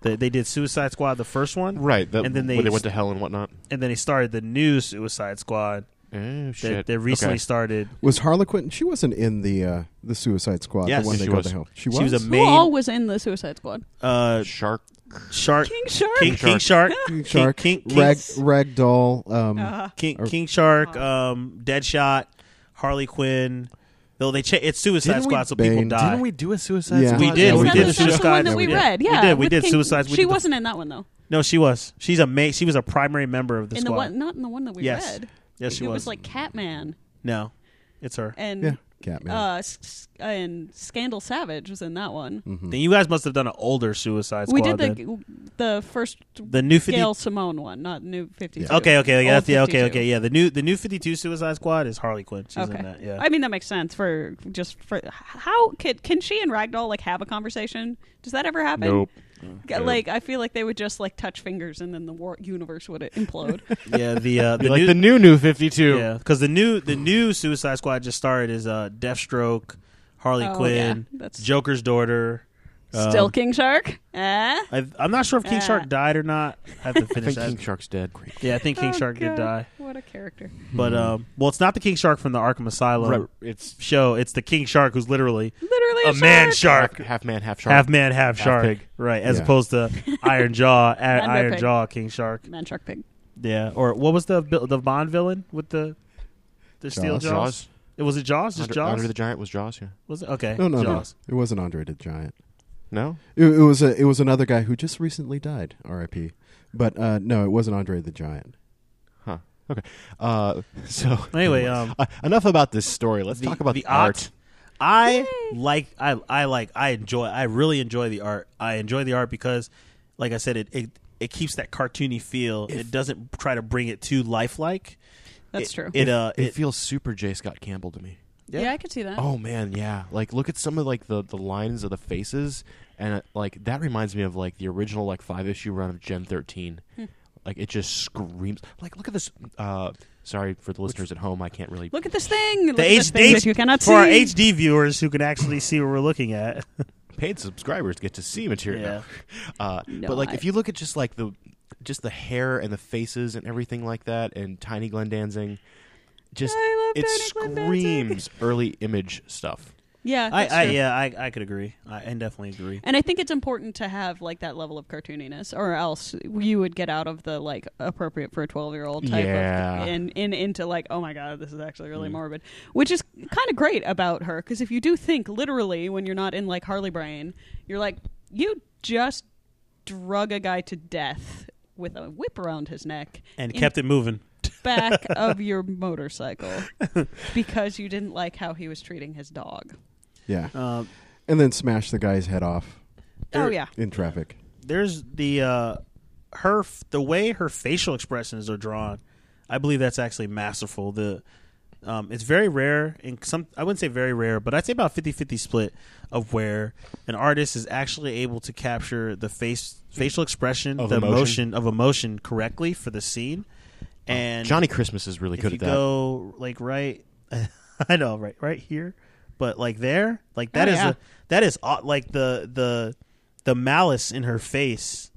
D: They, they did Suicide Squad the first one,
G: Right. That,
D: And then they
G: when they went to hell and whatnot.
D: and then they started the new Suicide Squad
G: Oh, shit.
D: that they recently
G: Okay.
D: started.
B: Was Harley Quinn? She wasn't in the uh, the Suicide Squad.
D: Yes,
B: the one
G: she
B: that got
G: was.
B: the help. She was.
D: She was a
H: Who all
D: main
H: was in the Suicide Squad?
D: uh,
G: Shark.
D: shark,
H: King Shark.
D: King, King Shark,
B: King Shark,
D: King, King,
B: Rag Rag Doll. Um,
H: Ah,
D: King, King Shark, um, Deadshot, Harley Quinn. Though they cha- it's Suicide
G: Didn't we-
D: Squad, so people
B: Didn't
D: die.
G: Didn't we do a Suicide
B: Yeah.
G: Squad?
D: We did,
B: Yeah,
D: we
H: That
D: did
H: was-
D: the
H: that's the
D: Suicide
H: one that we
D: did.
H: read.
D: We
H: Yeah,
D: did, we
H: with
D: did
H: King-
D: Suicide- we
H: She
D: did the-
H: wasn't in that one though.
D: no, she was. She's a ma- She was a primary member of the
H: In the
D: squad.
H: one, not in the one that we
D: Yes.
H: read.
D: Yes, she
H: it was.
D: was.
H: like Catman
D: no, it's her.
H: and
B: yeah, Catman.
H: uh, s- s- and Scandal Savage was in that one.
B: Mm-hmm.
G: Mm-hmm.
D: Then you guys must have done an older Suicide Squad.
H: We did
D: then.
H: the the first
D: the new fifty.
H: Gail Simone one, not New Fifty Two.
D: Okay, okay, yeah,
H: Old
D: that's, yeah, okay,
H: 52.
D: okay, yeah. The new the new fifty two Suicide Squad is Harley Quinn. She's
H: Okay.
D: in that. Yeah,
H: I mean that makes sense for just for how can can she and Ragdoll like have a conversation? Does that ever happen?
G: Nope.
H: G- Like I feel like they would just like touch fingers and then the war- universe would implode.
D: yeah. The uh, the
G: like
D: new
G: the new new 52.
D: yeah because the new the new Suicide Squad just started is uh Deathstroke, Harley
H: Oh,
D: Quinn,
H: yeah, that's-
D: Joker's daughter. um,
H: Still King Shark? Eh?
D: I, I'm not sure if King
H: Yeah.
D: Shark died or not. I have to
G: I think
D: finish that.
G: King Shark's dead.
D: Yeah, I think King
H: Oh,
D: Shark did
H: God.
D: die.
H: What a character.
D: But um, well, it's not the King Shark from the Arkham Asylum
G: Hmm. Right. It's
D: show. It's the King Shark who's literally
H: Literally
D: a man
G: half,
D: shark.
G: half man, half shark.
D: half man, half,
G: Half
D: shark.
G: pig.
D: Right, as
B: Yeah.
D: opposed to Iron Jaw, a-
H: And
D: Iron
H: pig.
D: Jaw, King Shark.
H: Man Shark Pig.
D: Yeah, or what was the vil- the Bond villain with the the steel
B: Jaws.
D: jaws?
G: Jaws.
D: It was it Jaws? Just
G: Andre,
D: Jaws?
G: Andre the Giant was Jaws, yeah.
D: was it okay?
B: no, no,
D: Jaws.
B: no. It wasn't Andre the Giant.
G: No?
B: It, it was a, it was another guy who just recently died. R.I.P. But uh, no, it wasn't Andre the Giant.
G: Huh. Okay. Uh, so
D: Anyway, um,
G: Uh, enough about this story. Let's
D: the-
G: talk about
D: the
G: the art.
D: art. I like I I like I enjoy I really enjoy the art. I enjoy the art because, like I said, it it, it keeps that cartoony feel. it doesn't try to bring it too lifelike.
H: That's
D: It-
H: true.
D: It uh
G: It,
D: it,
G: feels super J. Scott Campbell to me.
H: yeah. I could see that.
G: Oh man, yeah. Like look at some of like the the lines of the faces, and uh, like that reminds me of like the original like five issue run of Gen thirteen.
H: Hmm.
G: like it just screams. Like look at this. Uh, sorry for the listeners at home, I can't really.
H: Look at this thing. Look
D: the
H: at
D: H-
H: this thing
D: H-
H: that you cannot
D: for our
H: see.
D: HD viewers who can actually see what we're looking at.
G: paid subscribers get to see material. Uh, but like
H: I-
G: if you look at just like the just the hair and the faces and everything like that and Tiny Glendancing, just
H: I love
G: it
H: Tiny Glenn
G: screams early image stuff.
H: yeah.
D: I,
H: that's
D: I
H: true.
D: yeah I, I could agree. I, I definitely agree.
H: And I think it's important to have like that level of cartooniness, or else you would get out of the like appropriate for a twelve-year-old type
G: Yeah.
H: of and, and into like, oh my god, this is actually really
D: Mm.
H: morbid, which is kind of great about her because if you do think literally when you're not in like Harley Brain, you're like you just drug a guy to death with a whip around his neck
D: And
H: in
D: kept it moving.
H: back of your motorcycle because you didn't like how he was treating his dog.
B: Yeah.
D: Um,
B: and then smash the guy's head off
D: Er,
A: Oh yeah.
B: in traffic.
D: there's the uh her f- the way her facial expressions are drawn i believe that's actually masterful the um, it's very rare and some i wouldn't say very rare but i'd say about 50-50 split of where an artist is actually able to capture the face facial expression
G: Of
D: the
G: emotion.
D: emotion of emotion correctly for the scene and
G: Johnny Christmas is really
D: if
G: good
D: you
G: at that.
D: go like right i know right right here but like there like that
A: Oh,
D: is
A: yeah.
D: a, that is au- like the the the malice in her face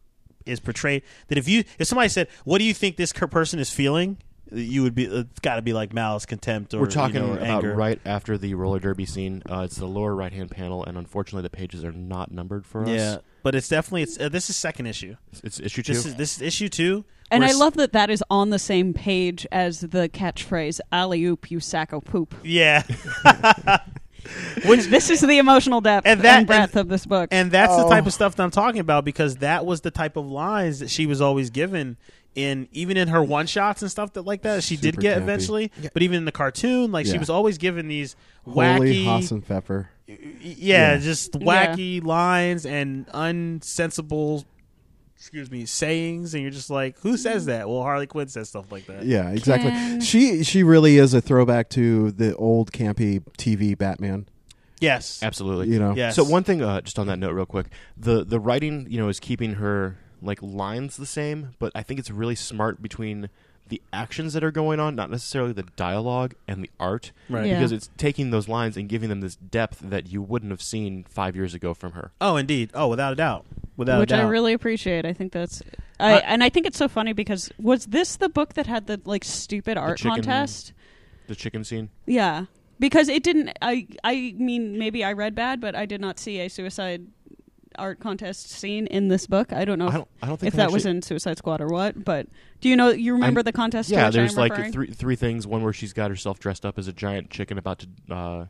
D: is portrayed that if you if somebody said what do you think this cur- person is feeling you would be it's got to be like malice contempt or
G: We're talking
D: you know, or
G: about
D: anger.
G: right after the roller derby scene. Uh, it's the lower right hand panel, and unfortunately, the pages are not numbered for us.
D: yeah but it's definitely it's uh, this is second issue
G: it's issue two.
D: this is this is issue 2
H: And
D: where
H: I
D: s-
H: love that that is on the same page as the catchphrase "Alley oop, you sack o poop."
D: yeah
H: This is the emotional depth
D: And
H: and,
D: that-
H: breadth
D: and-
H: of this book.
D: And that's the type of stuff that I'm talking about because that was the type of lines that she was always given in even in her one shots and stuff that like that she did
B: Super
D: get
B: campy.
D: eventually. But even in the cartoon, like she
B: Yeah.
D: was always given these
B: Holy
D: wacky,
B: Haas and Pfeffer.
D: yeah,
B: Yeah.
D: just wacky lines and unsensible. Excuse me, sayings, and you're just like, who says that? Well, Harley Quinn says stuff like that.
B: Yeah, exactly.
H: Can-
B: She she really is a throwback to the old campy TV Batman.
D: Yes,
G: Absolutely.
B: You know,
D: Yes.
G: So one thing, uh, just on that note, real quick, the the writing, you know, is keeping her like lines the same, but I think it's really smart between the actions that are going on, not necessarily the dialogue and the art,
D: Right.
H: Yeah.
G: because it's taking those lines and giving them this depth that you wouldn't have seen five years ago from her.
D: Oh, indeed. Oh, without a doubt. Without
H: which
D: a doubt.
H: I really appreciate. I think that's, I,
D: Uh,
H: and I think it's so funny because was this the book that had the like stupid art
G: chicken-
H: contest?
G: The chicken scene.
H: Yeah, because it didn't. I I mean, maybe I read bad, but I did not see a suicide art contest scene in this book. I don't know. If,
G: I don't. I don't think
H: if that
G: actually-
H: was in Suicide Squad or what, but do you know? You remember the contest? to
G: Yeah,
H: which I
G: there's
H: am
G: like
H: referring?
G: three three things. One where she's got herself dressed up as a giant chicken about to. Uh,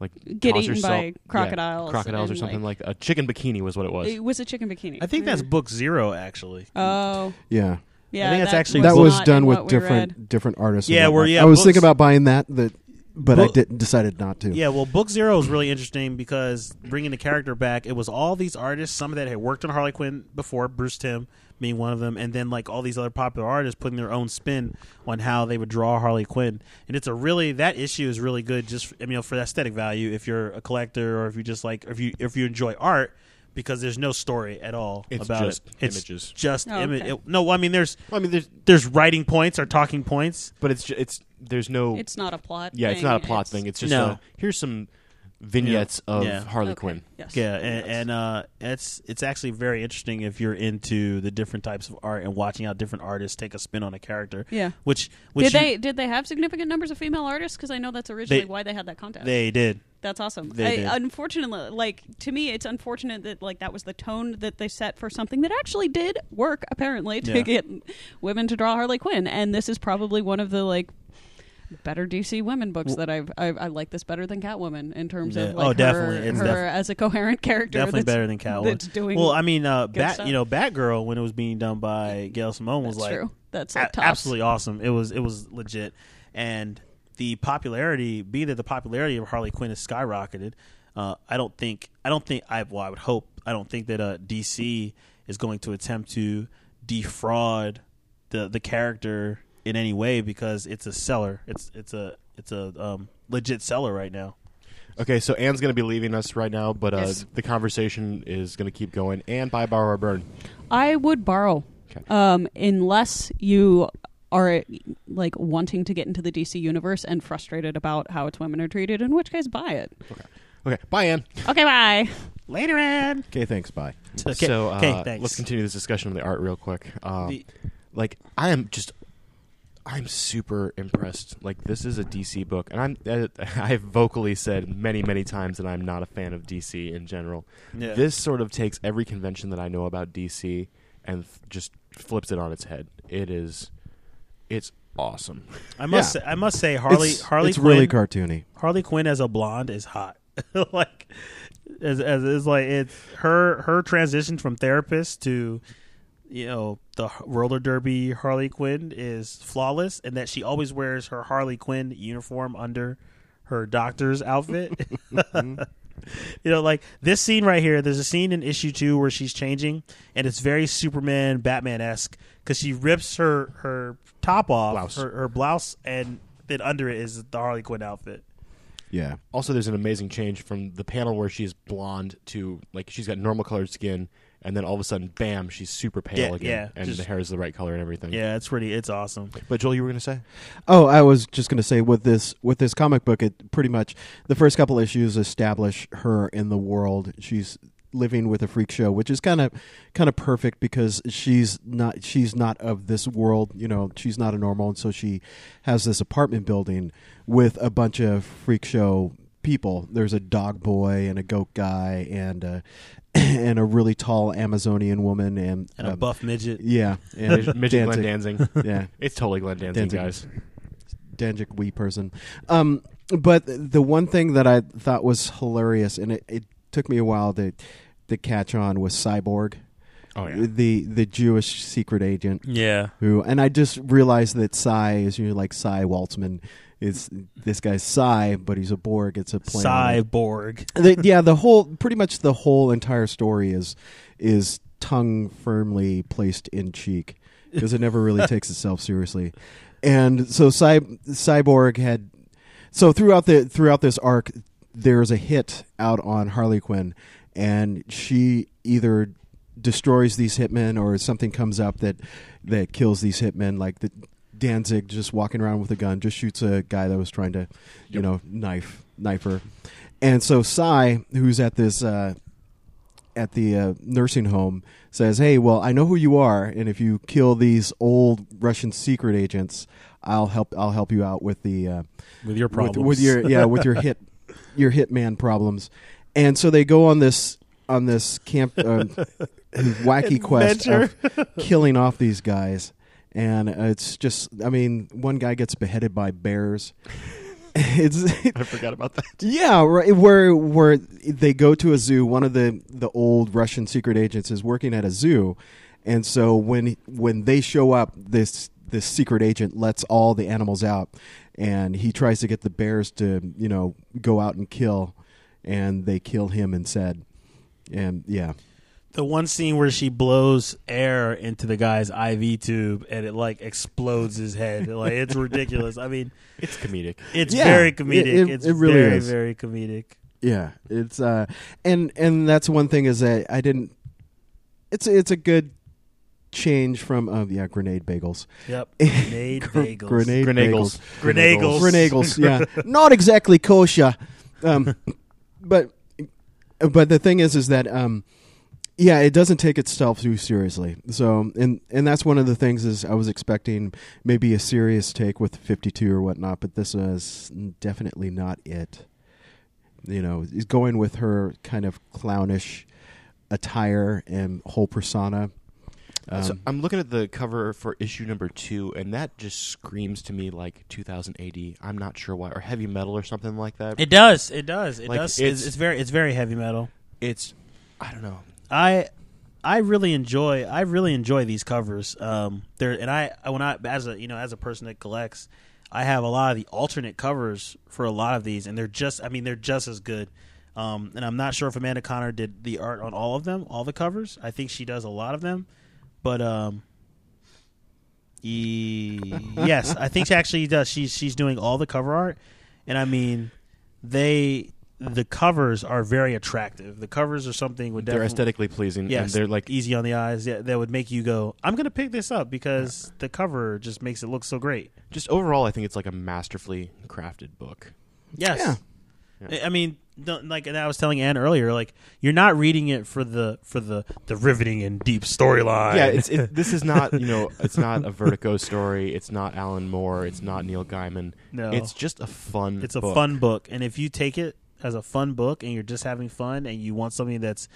G: like
H: Get
G: toss
H: eaten
G: herself-
H: by
G: yeah,
H: crocodiles
G: crocodiles or
H: and,
G: something
H: like-
G: like, a chicken bikini was what it was.
H: It was a chicken bikini.
D: I think that's
H: Mm.
D: book zero, actually.
H: Oh,
B: yeah.
H: yeah.
D: think that's
H: that
D: actually
B: that
D: was
B: was
H: not
B: done
H: in
B: with
H: what we
B: different
H: read.
B: different artists.
D: Yeah,
B: and
D: we're-
B: whatnot.
D: yeah,
B: I was
D: books-
B: thinking about buying that, that but I
D: Book-
B: did, decided not to.
D: Yeah, well, Book Zero is really interesting because bringing the character back, it was all these artists, some of that had worked on Harley Quinn before, Bruce Tim being one of them, and then like all these other popular artists putting their own spin on how they would draw Harley Quinn. And it's a really that issue is really good just I mean, you know, for the aesthetic value if you're a collector or if you just like if you if you enjoy art because there's no story at all
G: It's
D: about
G: just
D: it. It's
G: images.
D: Just
H: Oh,
D: image.
H: okay.
D: No, I mean there's
G: Well, I mean, there's,
D: there's writing points or talking points.
G: but it's ju- it's there's no.
H: It's not a plot.
G: yeah, it's
H: thing,
G: not a plot thing. It's just
D: No.
G: a, here's some vignettes of
D: Yeah.
G: Harley
H: Okay,
G: Quinn.
H: Yes.
D: Yeah, and, and uh, it's it's actually very interesting if you're into the different types of art and watching how different artists take a spin on a character.
H: Yeah.
D: which which
H: Did
D: you-
H: they did they have significant numbers of female artists? Because I know that's originally
D: They-
H: why they had that contest.
D: they did.
H: That's awesome.
D: They did.
H: I, unfortunately, like to me, it's unfortunate that like that was the tone that they set for something that actually did work apparently to
D: Yeah.
H: get women to draw Harley Quinn, and this is probably one of the like better DC women books that I've, I've I like this better than Catwoman in terms
D: Yeah.
H: of like
D: Oh, definitely.
H: her,
D: It's
H: her
D: def-
H: as a coherent character.
D: Definitely
H: that's-
D: better than Catwoman.
H: That's doing
D: well, I mean, uh,
H: good
D: Bat,
H: stuff.
D: you know, Batgirl when it was being done by Gail Simone was
H: that's
D: like
H: true. That's
D: a-
H: like tops.
D: absolutely awesome. It was it was legit, and the popularity, be that the popularity of Harley Quinn has skyrocketed. Uh, I don't think I don't think I well I would hope I don't think that uh, DC is going to attempt to defraud the the character in any way because it's a seller. It's it's a it's a um, legit seller right now.
G: Okay, so Anne's going to be leaving us right now, but uh,
H: Yes.
G: the conversation is going to keep going. And bye, borrow, or burn.
H: I would borrow,
G: Okay.
H: um, unless you are like wanting to get into the DC universe and frustrated about how its women are treated. In which case, buy it.
G: Okay, bye, Anne.
H: Okay, bye.
D: Later, Ann.
B: Okay, thanks. Bye.
D: Okay,
G: so uh,
D: okay, thanks.
G: let's continue this discussion of the art real quick. Um,
D: The-
G: like I am just, I'm super impressed. Like this is a DC book, and I'm uh, I've vocally said many many times that I'm not a fan of DC in general.
D: Yeah.
G: This sort of takes every convention that I know about DC and f- just flips it on its head. It is, it's awesome.
D: I must
B: yeah.
D: say, I must say Harley
B: it's,
D: Harley
B: it's really
D: Quinn-
B: cartoony.
D: Harley Quinn as a blonde is hot. like as as it's like it's her her transition from therapist to you know the roller derby Harley Quinn is flawless, and that she always wears her Harley Quinn uniform under her doctor's outfit. you know, like this scene right here. There's a scene in issue two where she's changing, and it's very Superman, Batman esque because she rips her her top off,
G: Blouse.
D: her her blouse, and then under it is the Harley Quinn outfit.
B: Yeah.
G: Also, there's an amazing change from the panel where she's blonde to like she's got normal colored skin, and then all of a sudden, bam, she's super pale
D: Yeah,
G: again,
D: yeah,
G: and
D: just-
G: the hair is the right color and everything.
D: Yeah, it's pretty. It's awesome.
G: But Joel, you were gonna say
B: Oh, I was just going to say with this with this comic book, it pretty much the first couple issues establish her in the world. She's living with a freak show, which is kind of kind of perfect because she's not she's not of this world. You know, she's not a normal, and so she has this apartment building with a bunch of freak show people. There's a dog boy and a goat guy and a, and a really tall Amazonian woman and,
D: And a
B: um,
D: buff midget.
B: Yeah, and
G: Midget Glenn
B: Danzig.
G: Danzig.
B: Yeah.
G: It's totally Glenn Danzig,
B: Danzig.
G: guys.
B: Danjik wee person. Um, but the one thing that I thought was hilarious, and it, it took me a while to to catch on, was Cyborg,
G: Oh yeah.
B: the the Jewish secret agent
D: Yeah.
B: who, and I just realized that Cy is you know like Cy Waltzman. It's this guy's Cy, but he's a Borg. It's a plane.
D: Cyborg.
B: The- yeah, the whole pretty much the whole entire story is is tongue firmly placed in cheek because it never really takes itself seriously. And so Cy- Cyborg had so throughout the throughout this arc there's a hit out on Harley Quinn and she either destroys these hitmen or something comes up that that kills these hitmen like the Danzig just walking around with a gun just shoots a guy that was trying to you know knife knife her and so Cy who's at this uh at the uh, nursing home says, "Hey, well, I know who you are, and if you kill these old Russian secret agents, I'll help. I'll help you out with the uh,
D: With your
B: with, with your yeah, with your hit your hitman problems." And so they go on this on this camp um, wacky quest of killing off these guys, and uh, it's just I mean, one guy gets beheaded by bears. It's
G: I forgot about that.
B: yeah, right. Where where they go to a zoo. One of the the old Russian secret agents is working at a zoo, and so when when they show up, this this secret agent lets all the animals out, and he tries to get the bears to you know go out and kill, and they kill him instead. And yeah,
D: the one scene where she blows air into the guy's IV tube and it like explodes his head. Like it's ridiculous. I mean,
G: It's comedic.
D: it's
B: Yeah,
D: very
B: it-
D: comedic.
B: it-
D: it's
B: it really
D: very
B: is.
D: very comedic.
B: Yeah, it's uh, and and that's one thing is that I didn't. It's it's a good change from um, yeah grenade bagels,
D: Yep. Grenade
B: Gr-
D: bagels.
B: grenade bagels.
G: Grenagles.
D: Grenagles.
B: Renagels, yeah, not exactly kosher, um, but but the thing is, is that um, yeah, it doesn't take itself too seriously. So and and that's one of the things is I was expecting maybe a serious take with Fifty Two or whatnot, but this was definitely not it. You know, is going with her kind of clownish attire and whole persona. Um,
G: so I'm looking at the cover for issue number two, and that just screams to me like 2080. I'm not sure why, or heavy metal or something like that.
D: It does. It does. It
G: Like,
D: does.
G: it's-
D: It's, it's very it's very heavy metal.
G: it's, I don't know.
D: I I really enjoy I really enjoy these covers. Um, there and I I- when I as a you know as a person that collects, I have a lot of the alternate covers for a lot of these, and they're just I mean they're just as good. Um, and I'm not sure if Amanda Connor did the art on all of them, all the covers. I think she does a lot of them, but um, e- yes, I think she actually does. She's she's doing all the cover art, and I mean they the covers are very attractive. The covers are something with
G: They're aesthetically pleasing,
D: Yes,
G: and they're like
D: easy on the eyes. Yeah, that would make you go, "I'm gonna pick this up" because the cover just makes it look so great.
G: just overall. I think it's like a masterfully crafted book.
D: Yes,
G: Yeah.
D: I- I mean, don't- like, and I was telling Ann earlier, like, you're not reading it for the for the the riveting and deep storyline.
G: Yeah, it's it, this is not you know it's not a Vertigo story. It's not Alan Moore. It's not Neil Gaiman.
D: No.
G: it's just a fun.
D: it's a
G: book.
D: fun book, and if you take it as a fun book and you're just having fun and you want something that's,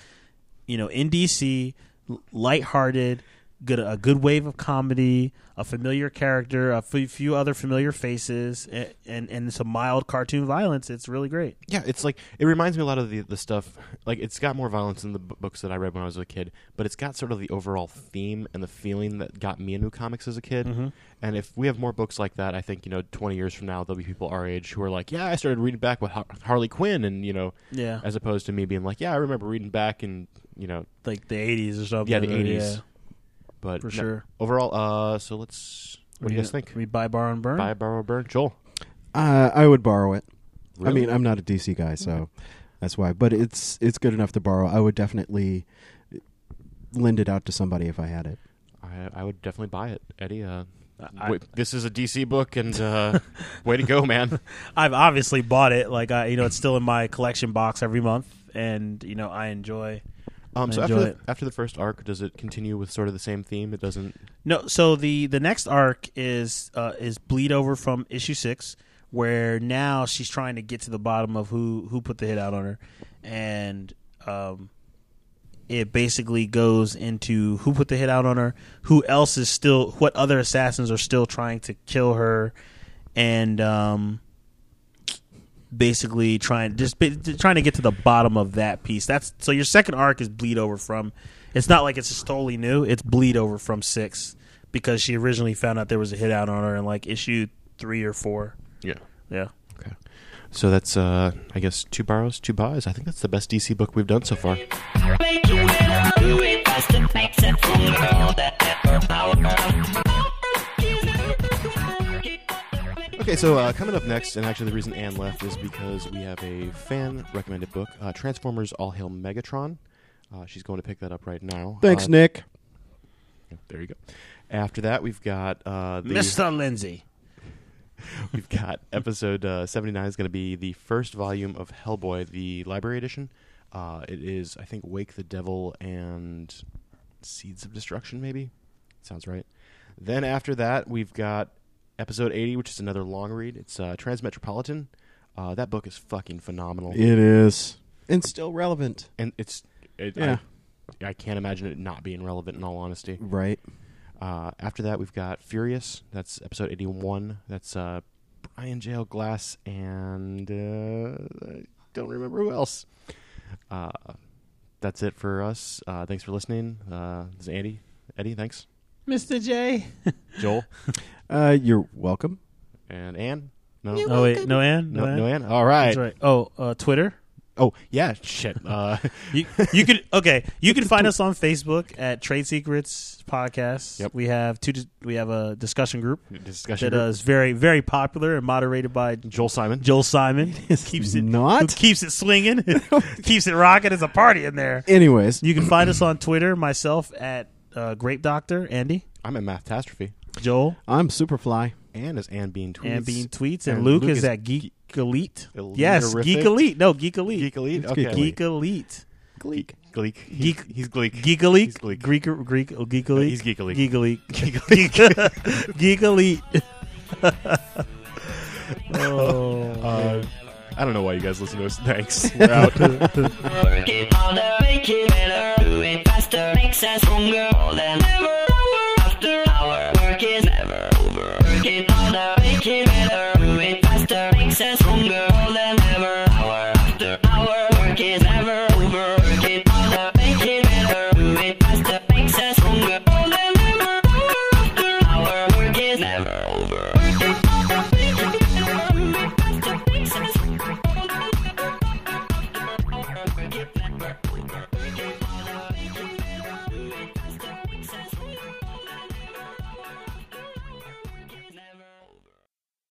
D: you know, in DC, l- lighthearted, good a good wave of comedy, a familiar character, a f- few other familiar faces, and, and and some mild cartoon violence. It's really great.
G: Yeah, it's like it reminds me a lot of the the stuff. Like it's got more violence in the b- books that I read when I was a kid, but it's got sort of the overall theme and the feeling that got me into comics as a kid.
D: Mm-hmm.
G: And if we have more books like that, I think you know, twenty years from now, there'll be people our age who are like, "Yeah, I started reading back with Har- Harley Quinn," and you know,
D: Yeah,
G: as opposed to me being like, "Yeah, I remember reading back in you know,
D: like the eighties or something.
G: yeah, the
D: or-
G: eighties. But
D: for
G: no,
D: sure.
G: overall, uh, so let's. What do you guys think?
D: We buy, borrow, and burn.
G: Buy, borrow, burn. Joel.
B: Uh, I would borrow it. I
G: Really?
B: mean, I'm not a DC guy, so that's why. But it's it's good enough to borrow. I would definitely lend it out to somebody if I had it.
G: I, I would definitely buy it, Eddie. Uh,
D: I-
G: wait, this is a DC book, and uh, way to go, man!
D: I've obviously bought it. Like I, you know, it's still in my collection box every month, and you know, I enjoy.
G: Um,
D: I
G: so after
D: enjoy
G: the,
D: it.
G: after the first arc, does it continue with sort of the same theme? It doesn't.
D: No, so the the next arc is uh, is bleed over from issue six, where now she's trying to get to the bottom of who who put the hit out on her, and um, it basically goes into who put the hit out on her, who else is still, what other assassins are still trying to kill her, and um, basically trying just ba- trying to get to the bottom of that piece. That's so your second arc is bleed over from. It's not like it's just totally new. It's bleed over from six because she originally found out there was a hit out on her in like issue three or four.
G: Yeah.
D: Yeah,
G: Okay. So that's uh, I guess two borrows, two buys. I think that's the best DC book we've done so far.
F: Make you wanna do it just to make sense of the world that never found.
G: Okay, so uh, coming up next, and actually the reason Anne left is because we have a fan recommended book, uh, Transformers: All Hail Megatron. Uh, she's going to pick that up right now.
B: Thanks,
G: Uh,
B: Nick.
G: There you go. After that, we've got uh, the
D: Mister Lindsay.
G: We've got episode uh, 79 is going to be the first volume of Hellboy, the library edition. Uh, it is, I think, Wake the Devil and Seeds of Destruction, maybe? Sounds right. Then after that, we've got episode 80, which is another long read. It's uh, Transmetropolitan. Uh, that book is fucking phenomenal.
B: It is and still relevant,
G: And it's. It,
B: Yeah.
G: I, I can't imagine it not being relevant in all honesty.
B: right?
G: Uh, after that, we've got Furious. That's episode 81. That's uh, Brian J.L. Glass and uh, I don't remember who else. Uh, that's it for us. Uh, thanks for listening. Uh, this is Andy. Eddie, thanks.
D: Mister J.
G: Joel
B: Uh, you're welcome.
G: and Ann. No,
D: Oh wait, no Ann,
G: no,
D: no, Ann?
G: no Ann. All right.
D: That's right. Oh, uh, Twitter.
G: Oh yeah, shit. Uh,
D: you, you could okay. You can find us on Facebook at Trade Secrets Podcast.
G: Yep.
D: We have two. dis- We have a discussion group
G: discussion.
D: that
G: group.
D: uh, is very very popular and moderated by
G: Joel Simon.
D: Joel Simon. keeps it who
B: Not.
D: keeps it swinging, keeps it rocking. It's a party in there.
B: Anyways,
D: You can find us on Twitter. Myself at uh, Grape Doctor Andy
G: I'm at Mathtastrophe.
D: Joel
B: I'm Superfly.
G: Ann is Ann Bean tweets.
D: and Bean tweets and,
G: And
D: Luke,
G: Luke
D: is,
G: is
D: at Geek Elite.
G: Elite-erific?
D: Yes, Geek Elite. No, Geek Elite.
G: Geek Elite.
B: It's
G: Okay.
B: Geek
D: Geek Elite.
G: Gleek. Gleek. He's,
D: Geek-
G: he's Gleek.
D: Geek Elite.
G: He's Gleek.
D: Greek Greek Geek
G: No,
D: Elite.
G: he's Geek Elite.
D: Geek Elite. Geek, Geek Elite. oh.
G: Uh, I don't know why you guys listen to us. Thanks. We're out.
F: Work it harder, make it better, do it faster, makes us stronger than ever. After our work is never over. Work it harder, make it better, do it faster, makes us stronger.